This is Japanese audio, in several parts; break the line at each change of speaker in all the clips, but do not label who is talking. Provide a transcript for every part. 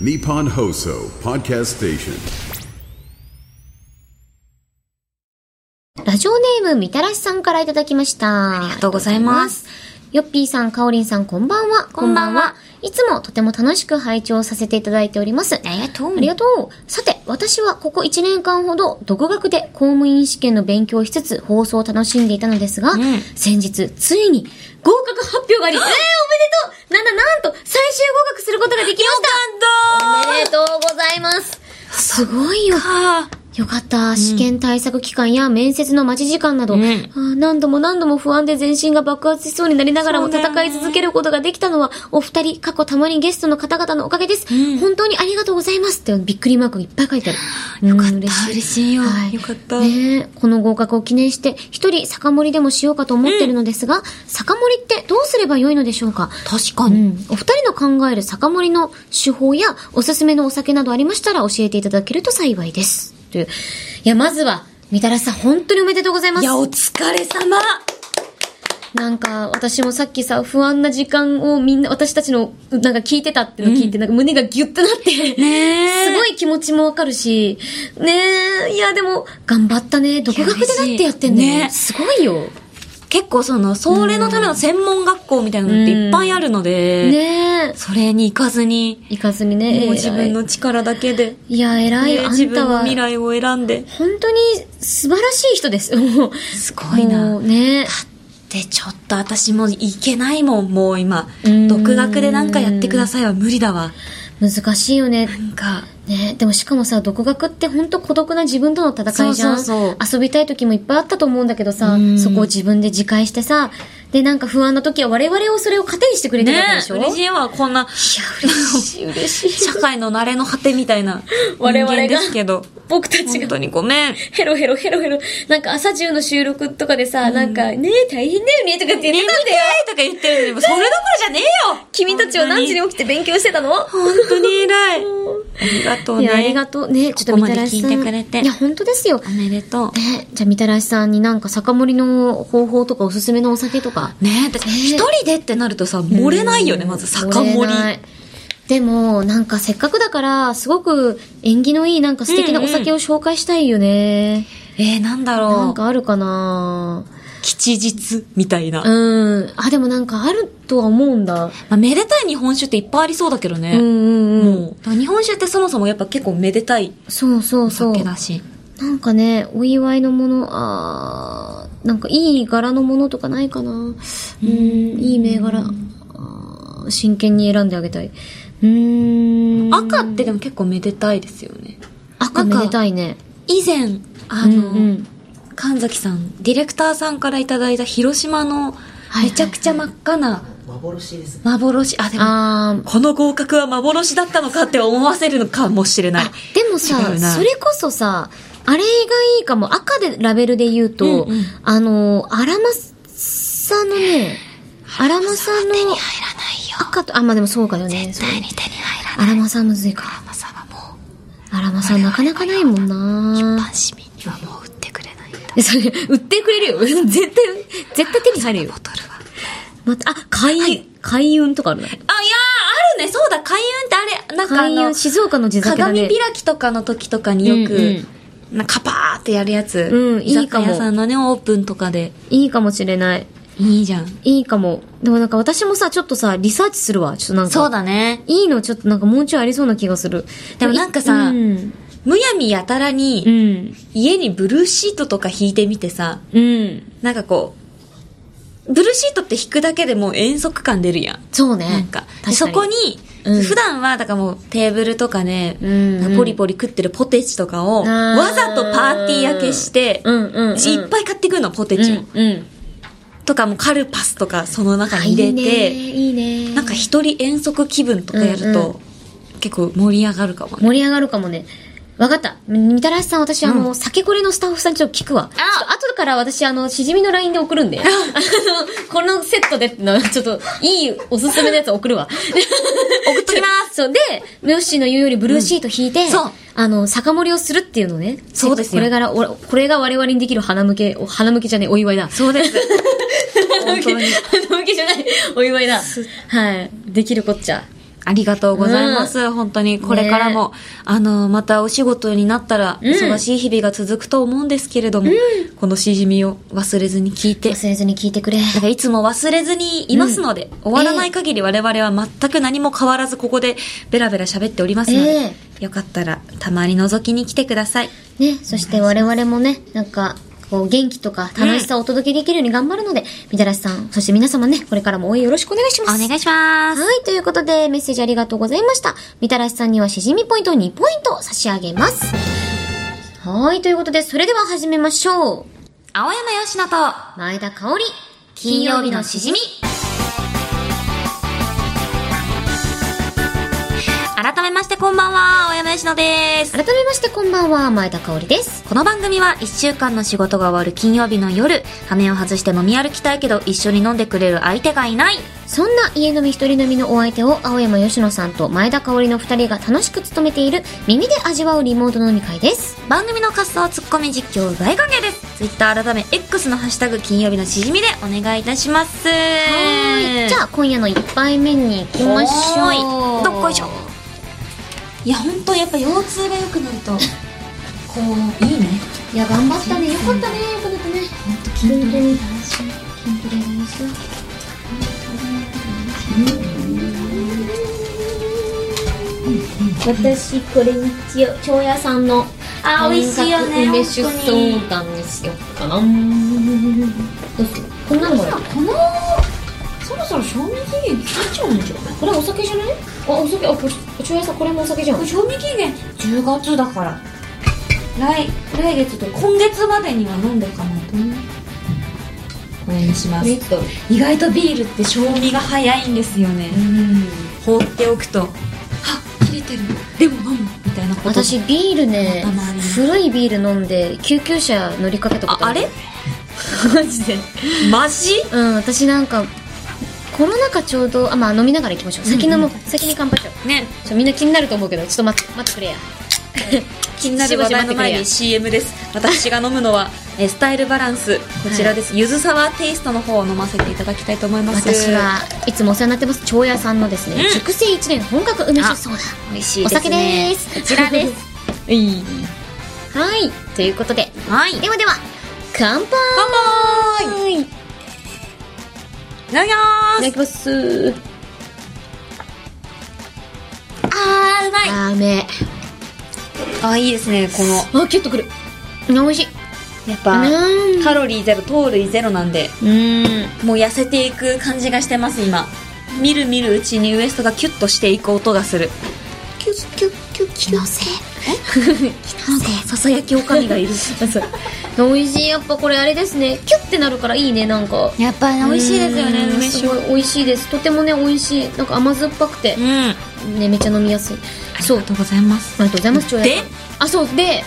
Nippon Hoso Podcast Station.
ラジオネーム、みたらしさんからいただきました。ありが
とうございます。
よっぴーさん、かおりんさん、こんばんは。
こんばんは。
いつもとても楽しく拝聴させていただいております。あ
りがとう
ありがとう。さて、私はここ1年間ほど、独学で公務員試験の勉強をしつつ、放送を楽しんでいたのですが、
ん
先日、ついに、合格発表 があり、えー、おめでとうなんだ、なんと、最終合格することができましたおめでとうございますすごいよ。
あー
よかった。試験対策期間や面接の待ち時間など、
うん
あー何度も何度も不安で全身が爆発しそうになりながらも
そうだよね
戦い続けることができたのは、お二人、過去たまにゲストの方々のおかげです。
うん
本当にありがとうございますってびっくりマークがいっぱい書いてある。よ
かった嬉しいよよかった
ねえこの合格を記念して、一人酒盛りでもしようかと思ってるのですが、酒盛りってどうすればよいのでしょうか
確か
う
に。
ん、お二人の考える酒盛りの手法やおすすめのお酒などありましたら教えていただけると幸いです。という。いや、まずは、みたらしさん、本当におめでとうございま
い
す
や、。お疲れ様
なんか、私もさっきさ、不安な時間をみんな、私たちの、なんか聞いてたっていうのを聞いて、なんか胸がギュッとなって、
ね
す
え
ごい気持ちもわかるし、ねえ、いや、でも、頑張ったね。独学でだってやってんだよ
いや
ね。
嬉
すごいよ。
結構その、それのための専門学校みたいなのっていっぱいあるので、
ねえ。
それに行かずに、
行かずにね、
もう自分
偉い。
の力だけで、
いや、偉い
ね
よ。あ
自
んた
分の
は。
未来を選んで。
本当に素晴らしい人です。 もう。
すごい
も
な
う。ね。
で、ちょっと私も行けないもん、もう今
うん。
独学でなんかやってくださいは無理だわ。
難しいよね。
なんか、
ね。でもしかもさ、独学って本当孤独な自分との戦いじゃん。
そうそ
遊
う
びたい時もいっぱいあったと思うんだけどさ
う、ん
そこを自分で自戒してさ、で、なんか不安な時は我々をそれを糧にしてくれてるわけでしょ、
嬉し
い。
いわ、こんな、
いや、嬉しい、嬉しい。
社会の慣れの果てみたいな人
我々が
間ですけど、
僕たち
本
が
当にごめん。
ヘロヘロヘロヘロ。なんか朝中の収録とかでさ、なんか、ねえ、大変だよね、とかって言ってたんだよ。
とか言ってるのにも、それどころじゃねえよ
君たちは何時に起きて勉強してたの
本当に偉い。ありがとう
い
ね。
や、ありがとう。ね、ちょっと
ここ
み
ま
た
で
らしさん。
聞いてくれて
いや、本当ですよ。
おめでとう。
ね、じゃあ、みたらしさんになんか酒盛りの方法とかおすすめのお酒とか。
ねえ、だって一人でってなるとさ、漏れないよね、まず酒
盛
盛
りな
り
い。でも、なんかせっかくだから、すごく縁起のいいなんか素敵なお酒を紹介したいよね。
えー、なんだ
な
ろ
ん
う。
かあるかな
吉日みたいな。ま
うん。あ、でもなんかあるとは思うんだ。
あ、めでたい日本酒っていっぱいありそうだけど
うん
ね。
うんうん。
もう。だから日本酒ってそもそもやっぱ結構めでたい
そうそう
お
そう。
酒だし。
なんかね、お祝いのもの、あーなんかいい柄のものとかないかな。うーん、いい銘柄。あー真剣に選んであげたい。うーん。
赤ってでも結構めでたいですよね。
赤めでたいね。
以前、あの、
うんうん
神崎さん、ディレクターさんからいただいた広島
い
の
はい
めちゃくちゃ真っ赤な
幻です
幻、あ、でも、
あー
この合格は幻だったのかって思わせるのかもしれない
あ。、でも
違
さ、
うな
それこそさ、あれがいいかも。赤でラベルで言うと、
うんうん
あの、アラマサのね、アラマサの
入らないよ。
赤と、あ、まあでもそうかよね。そう
に手に入らい。
アラマサむずいか。
マサはもう、
アラマサなかなかないもんな
市民にはもう売ってくれないんだ。
え、それ、売ってくれるよ。絶対、絶対手に入るよ。
トルは。
また、あ、開運、開運とかあるな。
あ、いやー、あるね。そうだ、開運ってあれ、なんかあ
開運、
の、
静岡の地酒だ
鏡
ね。
開きとかの時とかによく、
うんうん
なんかパーってやるやつ、
うんい
居
い
酒
かも
屋さんのね、オープンとかで。
いいかもしれない。
いいじゃん。
いいかも。でもなんか私もさ、ちょっとさ、リサーチするわ。ちょっとなんか。
そう。だね。
いいのちょっとなんかもうちょいありそうな気がする。
でもなんかさ
うん。
むやみやたら
う
に、
ん。
家にブルーシートとか引いてみてさ、
うん。
なんかこう、ブルーシートって引くだけでもう遠足感出るやん。
そうね。
なんか。
確
でそこに、
うん
普段は、だからもうテーブルとかね、
うんうん
ポリポリ食ってるポテチとかを、
あー
わざとパーティー焼けして、
うんうん、うん。
いっぱい買ってくるの、ポテチも。
うん。うん。
とかもうカルパスとかその中
あ
に入れ
いいね
て、
いいね。
なんか一人遠足気分とかやる
うん
と、結構盛り上がるかもね。
盛り上がるかもね。わかった。みたらしさん、私、あの、
う
酒これのスタッフさんにちょっと聞くわ。あ後から私、あの、しじみの LINE で送るんで。あの、 このセットでってのは、ちょっと、いいおすすめのやつ送る わ。送っ。
ときます
そう。で、ミョッシーの言うよりブルーシート引いて、
んそう
あの、酒盛りをするっていうのね。
そうですよ
これから、おこれが我々にできる花向け、お花向けじゃねえ、お祝 いだ。
そうです。
花向け、花向けじゃない、お祝いだ。はい。できるこっちゃ。
ありがとうございます。本当にこれからも、あの、またお仕事になったら、忙しい日々が続くと思うんですけれども、このしじみを忘れずに聞いて、
忘れずに聞いてくれ。
だからいつも忘れずにいますので、終わらない限り我々は全く何も変わらずここでベラベラ喋っておりますので、
え
よかったらたまに覗きに来てください。
ね、そして我々もね、なんか、こう元気とか楽しさをお届けできるように頑張るので、みたらしさん、そして皆様ね、これからも応援よろしくお願いし
お
ます。
願いします。
はい、ということで、メッセージありがとうございました。みたらしさんにはしじみポイント2ポイント差し上げます。はい、ということで、それでは始めましょう。
青山よしのと、
前田香織、
金曜日のしじみ。改めましてこんばんは、青山よしのです。
改めましてこんばんは、前田香織です。
この番組は1週間の仕事が終わる金曜日の夜、羽目を外して飲み歩きたいけど一緒に飲んでくれる相手がいない。
そんな家飲み一人飲みのお相手を青山吉野さんと前田香織の二人が楽しく務めている耳で味わうリモート飲み会です。
番組の活動ツッコミ実況大歓迎です。Twitter 改め X のハッシュタグ金曜日のしじみでお願いいたします。は
はい。じゃあ今夜の一杯目に行きましょ
おー
う。
いどっこいしょいや、本当やっぱ腰痛が良くなると、こう、いいね。
いや、頑張ったね。よかったね。この子ね。筋トレに筋トレにしよう。私これにしよう長屋さんの
あー美味しいよね
本格梅酒ソーダにしようかなどうするこんなのもらう
この、そろそろ賞味期限切れちゃうんじゃない
これお酒じゃないあお酒あこれ長屋さんこれもお酒じゃん
これ賞味期限10月だから。来、来月と今月までには飲んでいかないとね。これにしま
こ
す
れ。いつだろう
意外とビールって賞味が早いんですよね、放っておくとあ切れてるでも飲むみたいなこと
私ビールね
またまに
古いビール飲んで救急車乗りかけたこ
あ
と
あれ
マジで
マジ
うん私なんかコロナ禍ちょうどあまあ飲みながら行きましょう先飲もう先に乾杯しよう
ね
ちょみんな気になると思うけどちょっと待って待ってくれや
気になる話題の前に CM です私が飲むのはえスタイルバランスこちらです、ゆずサワーテイストの方を飲ませていただきたいと思います
私はいつもお世話になってます長屋さんのですね、
うん
熟成1年本格梅酒ソーダ
美味しい
お
です、
酒
ね、
です
こちら ですいい
はいということで
はい
ではでは乾杯
乾杯
い
いただきま
ただ
す
きます
あーうまい
あーうめえ
あーいいですねこの
あキュッとくるうん美味しい
やっぱ
うん
カロリーゼロ糖類ゼロなんで
うん
もう痩せていく感じがしてます今見る見るうちにウエストがキュッとしていく音がする
キュッキュッキュッ 気のせい
なんかささやきおかみが いる
美味しいやっぱこれあれですねキュッてなるからいいねなんか
やっぱり美味しいですよね
うん
梅酒
すごい美味しいですとてもね美味しいなんか甘酸っぱくて
う、んあ
ねめっちゃ飲みやすい
りがとうございます
ありがとうございます、長
で
屋さん。あ、そう、で、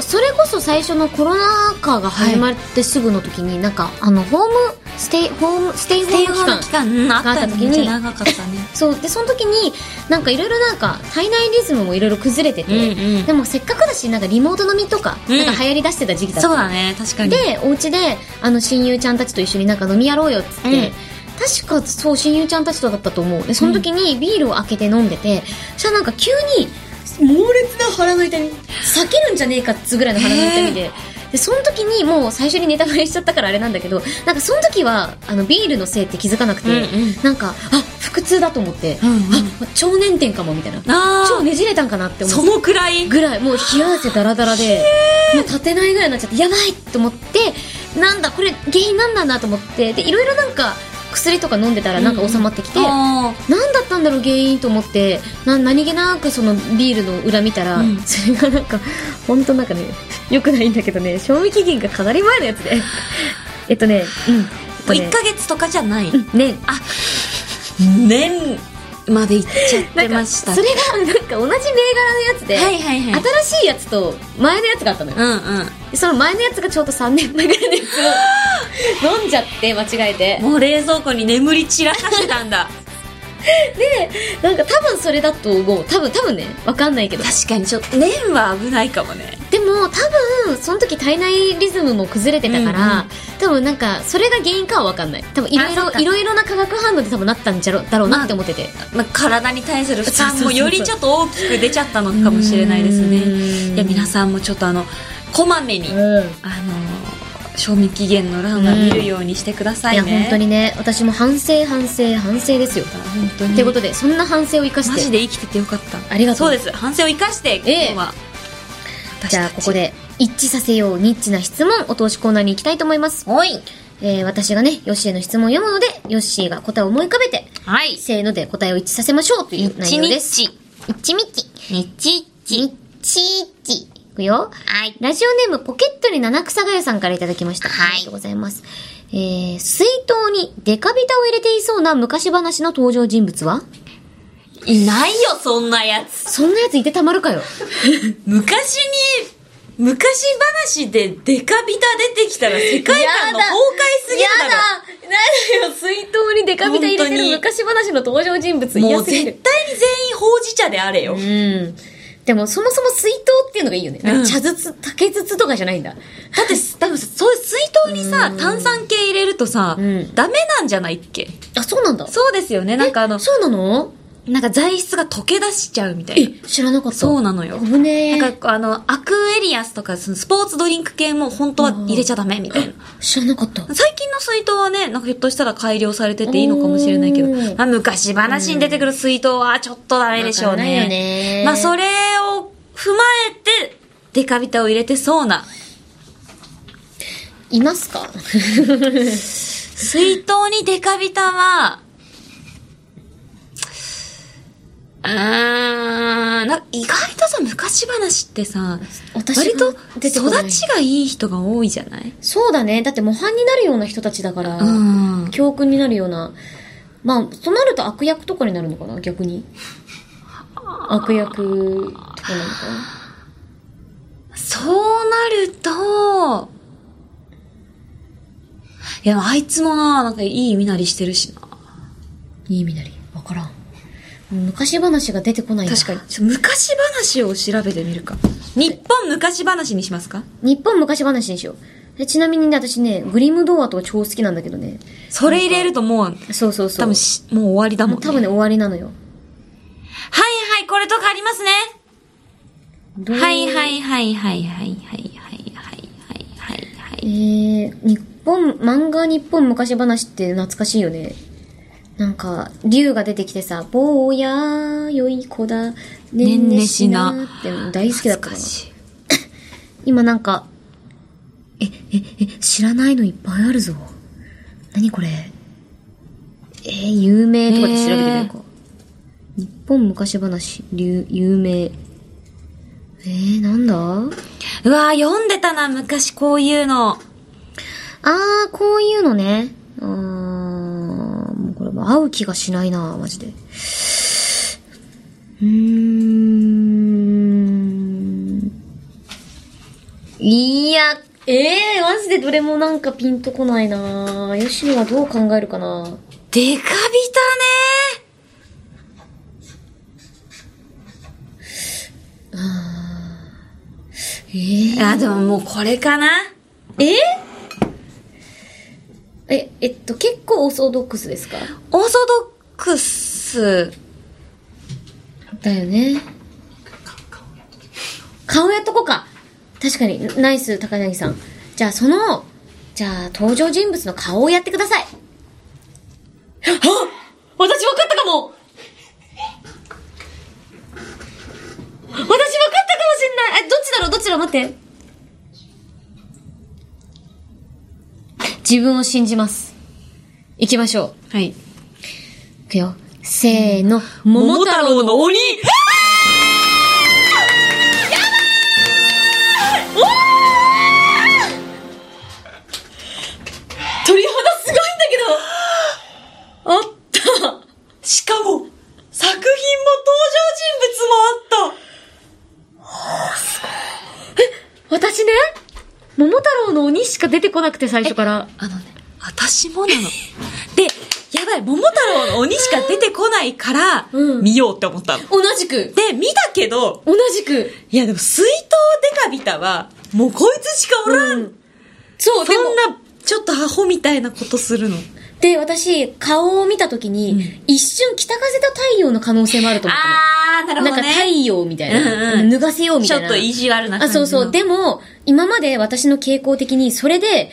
それこそ最初のコロナ禍が始まってすぐの時に、なんか、あの、ホームステイ、ホーム、ステイホ
ステイ
ー
ホ
ム
ーム
期
期
間。
間うんあったよ
があった
ね
時に
めっちゃ長かったね
そう、で、その時に、なんかいろいろなんか、体内リズムもいろいろ崩れてて、
うんうん
でもせっかくだし、なんかリモート飲みとか、
うん
なんか流行り出してた時期だった
そう
の
だね確かに
で、お家で、あの、親友ちゃんたちと一緒になんか飲みやろうよっつって、
うん
確かそう、親友ちゃんたちとだったと思う。で、その時にビールを開けて飲んでて、そしたらなんか急に、猛烈な腹の痛み、避けるんじゃねえかっつうぐらいの腹の痛みで、で、その時にもう最初にネタバレしちゃったからあれなんだけど、なんかその時は、あの、ビールのせいって気づかなくて、
うんうん
なんか、あ、腹痛だと思って、
うんうん
あ、腸年点かもみたいな。
あ
腸
あ
ねじれたんかなって思って
そのくらい
ぐらいもう冷や汗だらだらでもう立てないぐらいになっちゃってやばいと思ってなんだこれ原因なんなんだと思ってでいろいろなんか薬とか飲んでたらなんか収まってきて、
あー
何だったんだろう原因と思ってな何気なくそのビールの裏見たら、
うん
それがなんか本当なんかね良くないんだけどね賞味期限がかなり前のやつ でえっとねうん、えっ
ことれ
ね
1ヶ月とかじゃない
うんね
年までいっちゃっ
な
て
んか
ました
それがなんか同じ銘柄のやつで、
はいはいはい
新しいやつと前のやつがあったのよ
うんうん
でその前のやつがちょうど3年前ぐらいのやつを 飲んじゃって間違えて
もう冷蔵庫に眠り散らかしてたんだ。
なんか多分それだと思う。多分、多分ね。わかんないけど。
確かにちょっと麺は危ないかもね
でも多分その時体内リズムも崩れてたから、
うんうん
多分なんかそれが原因かは分かんない多分いろい
あそ
ろ
っか
いろいろな化学反応で多分なったんじゃろだろうなって思ってて、
まあ、体に対する負
そう
担
そうそう
も
そう
よりちょっと大きく出ちゃったのかもしれないです
う
ね
ん
いや皆さんもちょっとあのこまめに、
うん
あの賞味期限の欄は見るようにしてくださ
い
い
や
ね、
本当にね私も反省反省反省ですよと
本当に
いうことでそんな反省を生かして
マジで生きててよかった
ありがとう
そうです反省を生かして今
ええ
日は、私たち
じゃあここで一致させようニッチな質問お通しコーナーに行きたいと思います
はい
えー、私がね、ヨッシーへの質問を読むので、ヨッシーが答えを思い浮かべて、
はい
せーので答えを一致させましょうという内容です。一
一日
みち。
日ち
ちっちーち。いくよ。
はい
ラジオネームポケットに七草がゆさんからいただきました。
はい
ありがとうございます。えー、水筒にデカビタを入れていそうな昔話の登場人物はい
ないよそんなやつ
そんなやついてたまるかよ。
昔に昔話でデカビタ出てきたら世界観の
やだ
崩壊すぎるだろ
なんだよ、水筒にデカビタ入れてる昔話の登場人物
も
嫌
う
す
絶対
ぎ
に全
る。
員ほうじ茶であれよ。
うん。でもそもそも水筒っていうのがいいよね。なんか茶筒、竹筒とかじゃないんだ。
だって、多分そう水筒にさ、炭酸系入れるとさ、
うん
ダメなんじゃないっけ
あ、そうなんだ。
そうですよね。なんかあの、
そうなの
なんか材質が溶け出しちゃうみたいな。
知らなかった。
そうなのよ。
危ねえ。
なんかあの、アクエリアスとか、そのスポーツドリンク系も本当は入れちゃダメみたいな。
知らなかった。
最近の水筒はね、なんかひょっとしたら改良されてていいのかもしれないけど
うん、
まあ、昔話に出てくる水筒はちょっとダメでしょう
わかんないよ
ね。
ね
まあそれを踏まえて、デカビタを入れてそうな。
いますか
水筒にデカビタは、うーん、なんか意外とさ、昔話ってさ、
私
割と
出てこない
育ちがいい人が多いじゃない
そうだね。だって模範になるような人たちだから、
うん
教訓になるような。まあ、となると悪役とかになるのかな逆に。悪役とかなのかな
そうなると、いや、あいつもな、なんかいい身なりしてるしな。
いいみなり。わからん。昔話が出てこない。
確かに。。ちょ昔話を調べてみるか。日本昔話にしますか
日本昔話にしよう。でちなみにね、私ね、グリムドアとか超好きなんだけどね。
それ入れるともう、
そうそうそう。
多分し、もう終わりだもんね。
多分ね、終わりなのよ。
はいはい、これとかありますね。
どう
はいはいはいはいはいはいはいはいはいはいはい。
えー、日本、漫画日本昔話って懐かしいよね。なんか、竜が出てきてさ、坊や、良い子だ、ねんねしな、って大好きだったか
懐
ら
か。しい
今なんか、え、え、え、知らないのいっぱいあるぞ。何これ。えー、有名とかで調べてみるか。日本昔話、流有名。えー、なんだ
うわー読んでたな、昔こういうの。
あー、こういうのね。うーん、もうこれも合う気がしないな、マジで。うーん。いや、えー、マジでどれもなんかピンとこないな。ヨシはどう考えるかな。
デカビタね
えー、
あ、でももうこれかな
ええ、えっと、結構オーソドックスですか
オーソドックス。
だよね。顔やっとこか。確かに、ナイス、高柳さん。じゃあ、その、じゃあ、登場人物の顔をやってください。
私分かったかも
私分かったかもしんない。え、どっちだろうどっちだろう待って。自分を信じます。行きましょう。
はい。
行くよ。せーの、桃太郎の
の鬼
鳥肌すごいんだけどあった
しかも、作品も登場人物もあった
私ね、桃太郎の鬼しか出てこなくて最初から。
あのね、私もなの。で、やばい、らい、桃太郎の鬼しか出てこないから、
うん
見ようって思ったの。
同じく
で、見たけど、
同じく
いやでも水筒デカビタは、もうこいつしかおらん、
うんそう、
そ
でも
んな、ちょっとアホみたいなことするの。
で、私、顔を見たときに、一瞬北風と太陽の可能性もあると思ったの。
あー、
な
な
んか太陽みたいな。
うんうん
脱がせようみ
ち
た
ょ
い
っ
な。
と意地悪な感
あ、
じの。
そうそう。でも、今まで私の傾向的に、それで、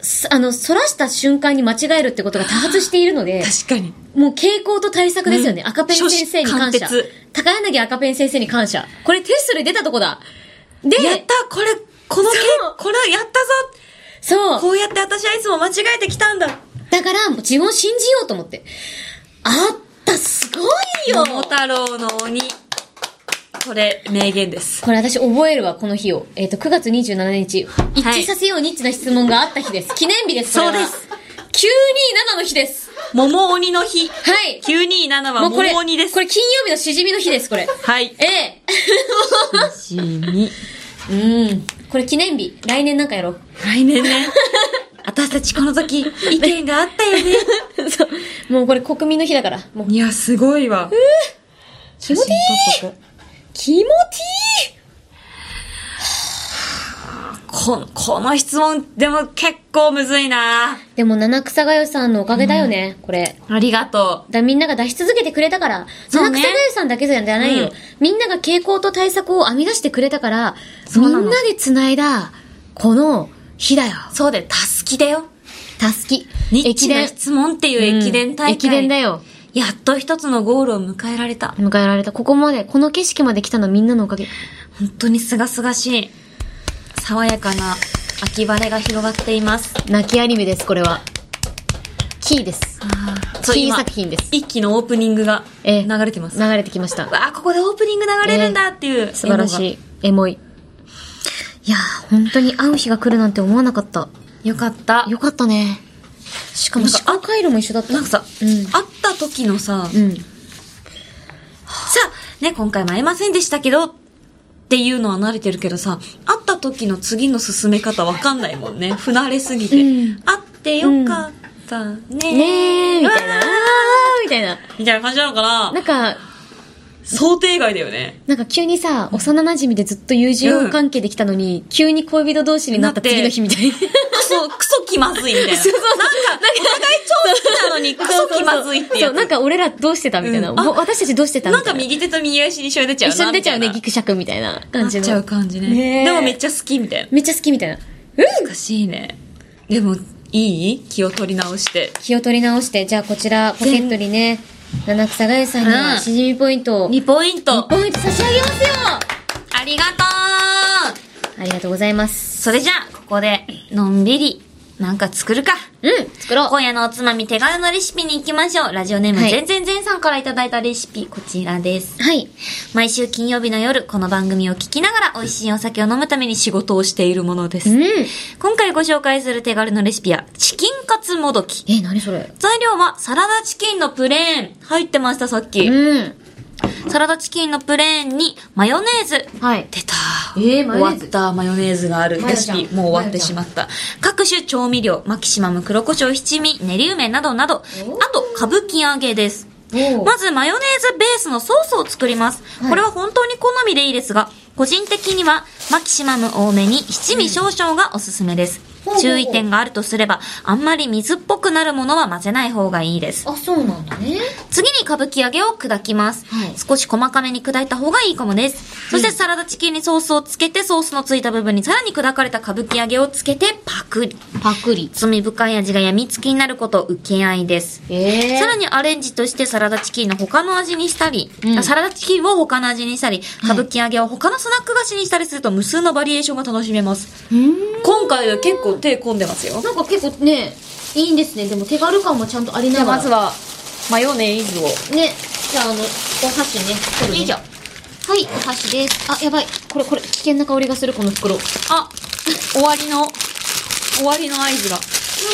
すあの、反らした瞬間に間違えるってことが多発しているので、
確かに。
もう傾向と対策ですよね。
うん
赤ペン先生に感謝
初子貫徹。
高柳赤ペン先生に感謝。これテストで出たとこだ。で、
やったこれ、このけ
そう、
これやった
そう
ぞ。こうやって私はいつも間違えてきたんだ。
だから、自分を信じようと思って。あった、すごいよ
桃太郎の鬼。これ、名言です。
これ私覚えるわ、この日を。えっ、と、9月27日。一致させようニッチな質問があった日です。記念日です、これは
そうです。
927の日です。
桃鬼の日。
はい。
927は
もうこれ、こ
桃鬼
れ
です。
金曜日のしじみの日です、これ。
はい。
ええ
12。
うん。これ記念日。来年なんかやろう。
来年ね。私たちこの時、意見があったよ ね。
そう。もうこれ国民の日だから。もう、
いや、すごいわ。
気持ちいい
撮っとく
気持ちいい
ここの質問、でも結構むずいな
でも、七草がよさんのおかげだよね、これ。
ありがと
だみんなが出し続けてくれたから、
そう
七
ね
草がゆさんだけじゃないよ、
うん
みんなが傾向と対策を編み出してくれたから、
そうなの
みんなで繋いだ、この日だよ。
う。そうだよ、たすきだよ。
たすき。
ニッチな
伝。
質問っていう
うん
駅伝大会。
駅伝だよ。
やっと一つのゴールを迎えられた。
迎えられた。ここまで、この景色まで来たのはみんなのおかげ。
本当に清々しい、爽やかな秋晴れが広がっています。
泣きアニメです、これは。キーです。
そう
キー
今
作品です。
一期のオープニングが
ええ
流れてます。
流れてきました。
わあ、ここでオープニング流れるんだっていう、
素晴らし
い。
い。エモい。いやー、本当に会う日が来るなんて思わなかった。
よかった。
よかったね。しかも、
なんか
思考回路も一緒だった。
なんかさ、
うん
会った時のさ、
うん。
さあ、ね、今回も会えませんでしたけど、っていうのは慣れてるけどさ、会った時の次の進め方わかんないもんね。 不慣れすぎて。
うん
会ってよかったね。
ねえ、みたいな。あ
うわー
ーみたいな。
みたいな感じなのかな
なんか、
想定外だよね。
なんか急にさ、幼馴染でずっと友情関係できたのに、急に恋人同士になった次の日み たいな。
クソ、クソ気まずいみたいな。なんか、お互い超好きなのにクソ気まずいって
そ
や
う、
つ。
なんか俺らどうしてたみたいな。
うんあ
ぼ私たちどうしてたみ
な
た
ん
いな。
か右手と右足に一緒に出ちゃうな。
一緒に出ちゃうね、
みた
ギ
い
クシャクみたいな
な
感
なっ
じの。
ちゃう感じ
ねえ
ね。でもめっちゃ好きみたいな。
めっちゃ好きみたいな。
難しいね。でも、いい気を取り直して。
気を取り直して、じゃあこちら、ポケットにね、七草がゆさんに
う
は
ん
しじみポイントを、
2ポイント。
ポイント差し上げますよ
ありがとう
ありがとうございます。
それじゃあ、ここで、のんびり、なんか作るか。
うん、作ろう
今夜のおつまみ手軽なレシピに行きましょう。ラジオネーム、
はい
全然全さんからいただいたレシピ、こちらです。
はい。
毎週金曜日の夜、この番組を聞きながら美味しいお酒を飲むために仕事をしているものです。
うん。
今回ご紹介する手軽のレシピは、チキンカツもどき。
え、何それ
材料はサラダチキンのプレーン。入ってました、さっき。
うん。
サラダチキンのプレーンにマヨネーズ。
はい。
出た。
えーマ
終
ヨ
わ
ネー
っ
ズ
たマヨネーズがある
マヨ
レ
ち
シ
ゃん
ピ、もう終わってしまった。各種調味料、マキシマム、黒胡椒、七味、練り梅などなど、あ
おー
と、歌舞伎揚げです。
おう
まず、マヨネーズベースのソースを作ります。
はい
これは本当に好みでいいですが、個人的には、マキシマム多めに七味少々がおすすめです。
うん
注意点があるとすれば、あんまり水っぽくなるものは混ぜない方がいいです。
あ、そうなんだね。
次に歌舞伎揚げを砕きます、
はい
少し細かめに砕いた方がいいかもです。そしてサラダチキンにソースをつけて、ソースのついた部分にさらに砕かれた歌舞伎揚げをつけてパクリ。
パクリ。
罪深い味が病みつきになること受け合いです。
ええ
さらにアレンジとしてサラダチキンの他の味にしたり、
うん
あサラダチキンを他の味にしたり、歌舞伎揚げを他のスナック菓子にしたりすると無数のバリエーションが楽しめます。今回は結構手込んでますよ。
なんか結構ね、いいんですね。でも手軽感もちゃんとありながら。
は、マヨネーズを。
ね。じゃあ、あの、お箸ね。取るね
以上。
はい、お箸です。あ、やばい。これ、これ、危険な香りがする、この袋。ま
あ、終わりの、終わりの合図が。
あ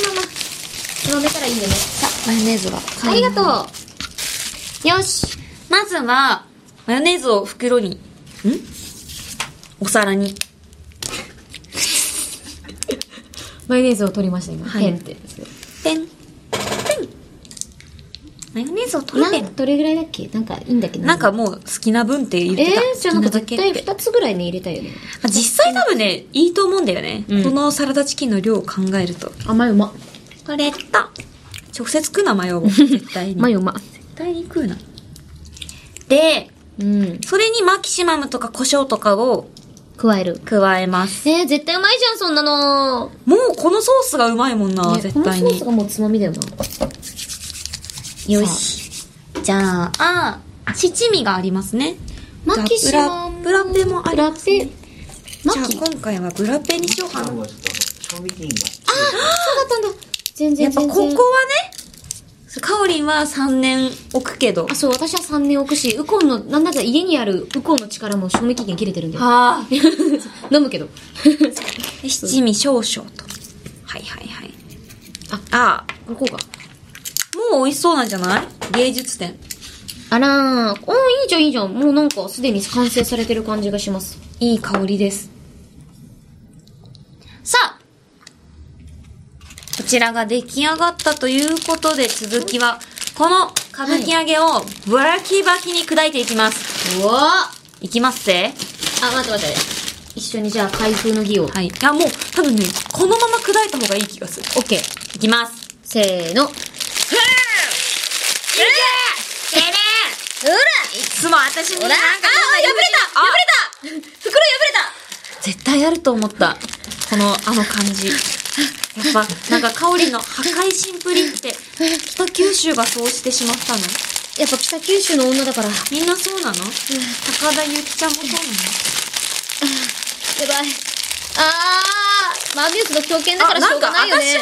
まあまあ。飲めたらいいんだね。
さ、マヨネーズが。
ありがとう。よし。
まずは、マヨネーズを袋に、んお皿に。
マヨネーズを取りました、今。
はい
ペンって。
ペン。ペン。マヨネーズを取ら
な
れ
んどれぐらいだっけなんかいいんだっけど
なんかもう好きな分って入れてた。
えー、じゃあなんか
好
絶
きだけ
対
って
2つぐらいね入れたいよね
まあ実際多分ね、いいと思うんだよね。
うん
このサラダチキンの量を考えると。
甘いうま
これと、直接食うな、マ ヨを。絶対に。
甘いうま
絶対に食うな。で、
うん
それにマキシマムとか胡椒とかを
加える
加えます。
えー、絶対うまいじゃんそんなの、ね、
もうこのソースがうまいもんな、絶対
このソー
に
ス。がもうつまみだよな
よし。じゃあ、七味がありますね。
マキシマム
ブラブラペもありますね
ブラペマ
じ
キ
ゃあ今回はブラペにしようかな。
はちょっと賞味期限が
そうだったんだ全
や
然
っぱ
全
こ
然
こはね、カオリンは3年置くけど
あ。そう私は3年置くしウコンのなんだか家にあるウコンの力も賞味期限切れてるんだよ
はあ。
飲むけど
七味少々と。はいはいはい。あ、あ
ここが
もう美味しそうなんじゃない芸術点。
あらーおーいいじゃんいいじゃんもうなんかすでに完成されてる感じがします
いい香りです。さあこちらが出来上がったということで、続きは、この歌舞伎揚げをブラキバキに砕いていきます。
うわあ
いきますぜ。
待って待って一緒にじゃあ開封の儀を
はい。いや、もう、多分ね、このまま砕いた方がいい気がする。
オッケー
いきます。
せーの
てね
うら
いつも私に
お
なん
ら
か
ああ破れた破れた袋破
た絶対あると思った。この、あの感じ。やっぱ、なんか、香りの破壊神ぶりって、北九州がそうしてしまったの。
れたやっぱ北九州の女だからや
みんなそうなの、高田ゆきちゃんもそうなの
ばいあーマービウスの狂犬だからしょうがないよね
れ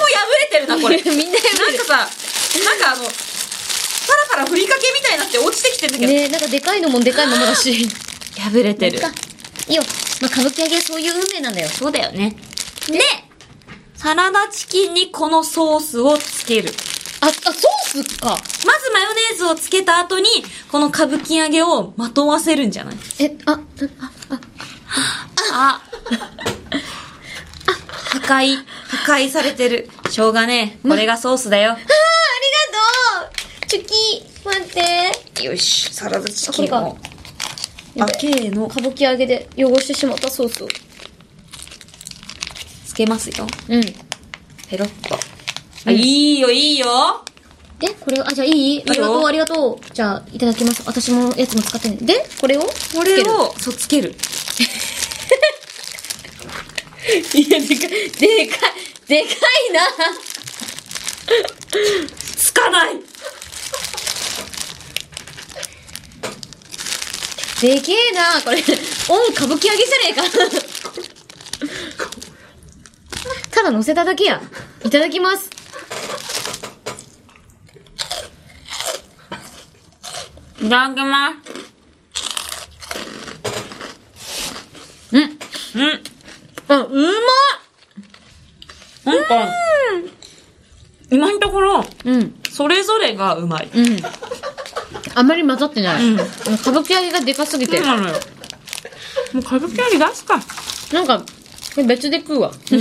てる な
みんな破れてる
なんかさ、なんかあの、パラパラふりかけみたいになって落ちてきてんだ
ねえなんかでかいのもでかいままだし
破れてる。
なんかいいよ、まあ、歌舞伎揚げはそういう運命なんだよ
そうだよね。で、サラダチキンにこのソースをつける。
ああソースか
まずマヨネーズをつけた後に、この歌舞伎揚げをまとわせるんじゃない
えあなあ
あ。破壊、破壊されてる。しょうがねえ。これがソースだよ。
あありがとうチョキ待って
よし、サラダチ
キンを
あ、けの。
歌舞伎揚げで汚してしまったソースを
つけますよ。
うん
ペロッと。あ、いいよ、いいよ。
えこれあじゃあいいありがと
いういよ
ありがとうじゃあいただきます私もやつも使ってねでこれを
これを、そう、つける。
つけるい やでかいでかいでかいな
つかない
でけえなこれオン歌舞伎揚げじゃねえか ただ乗せただけやいただきます
いただきます。
うん
うん。
あうまっ
なんか、今のところ、
うん
それぞれがうまい。
うんあまり混ざってない、
うん
もう歌舞伎揚げがでかすぎて、
そうなのよ。もう歌舞伎揚げ出すか。
なんかこれ別で食うわ
歌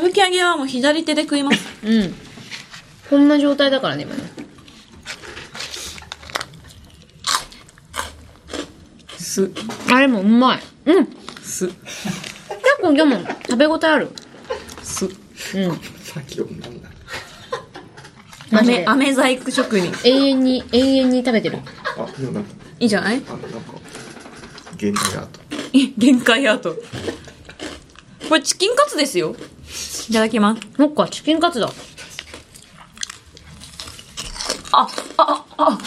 舞伎揚げはもう左手で食います。
うんこんな状態だからね今ね
す、
あれもうまいうん結
す、
構でも食べ応えある
す。
うん
先をなんだ
マジ
飴、
で
飴細工職人。
永遠に永遠に食べてる
あでもなんか
いいじゃない
あなんか限界だと
え限界アート。これチキンカツですよ。いただきます。
そっかチキンカツだ
あ、あ、あ、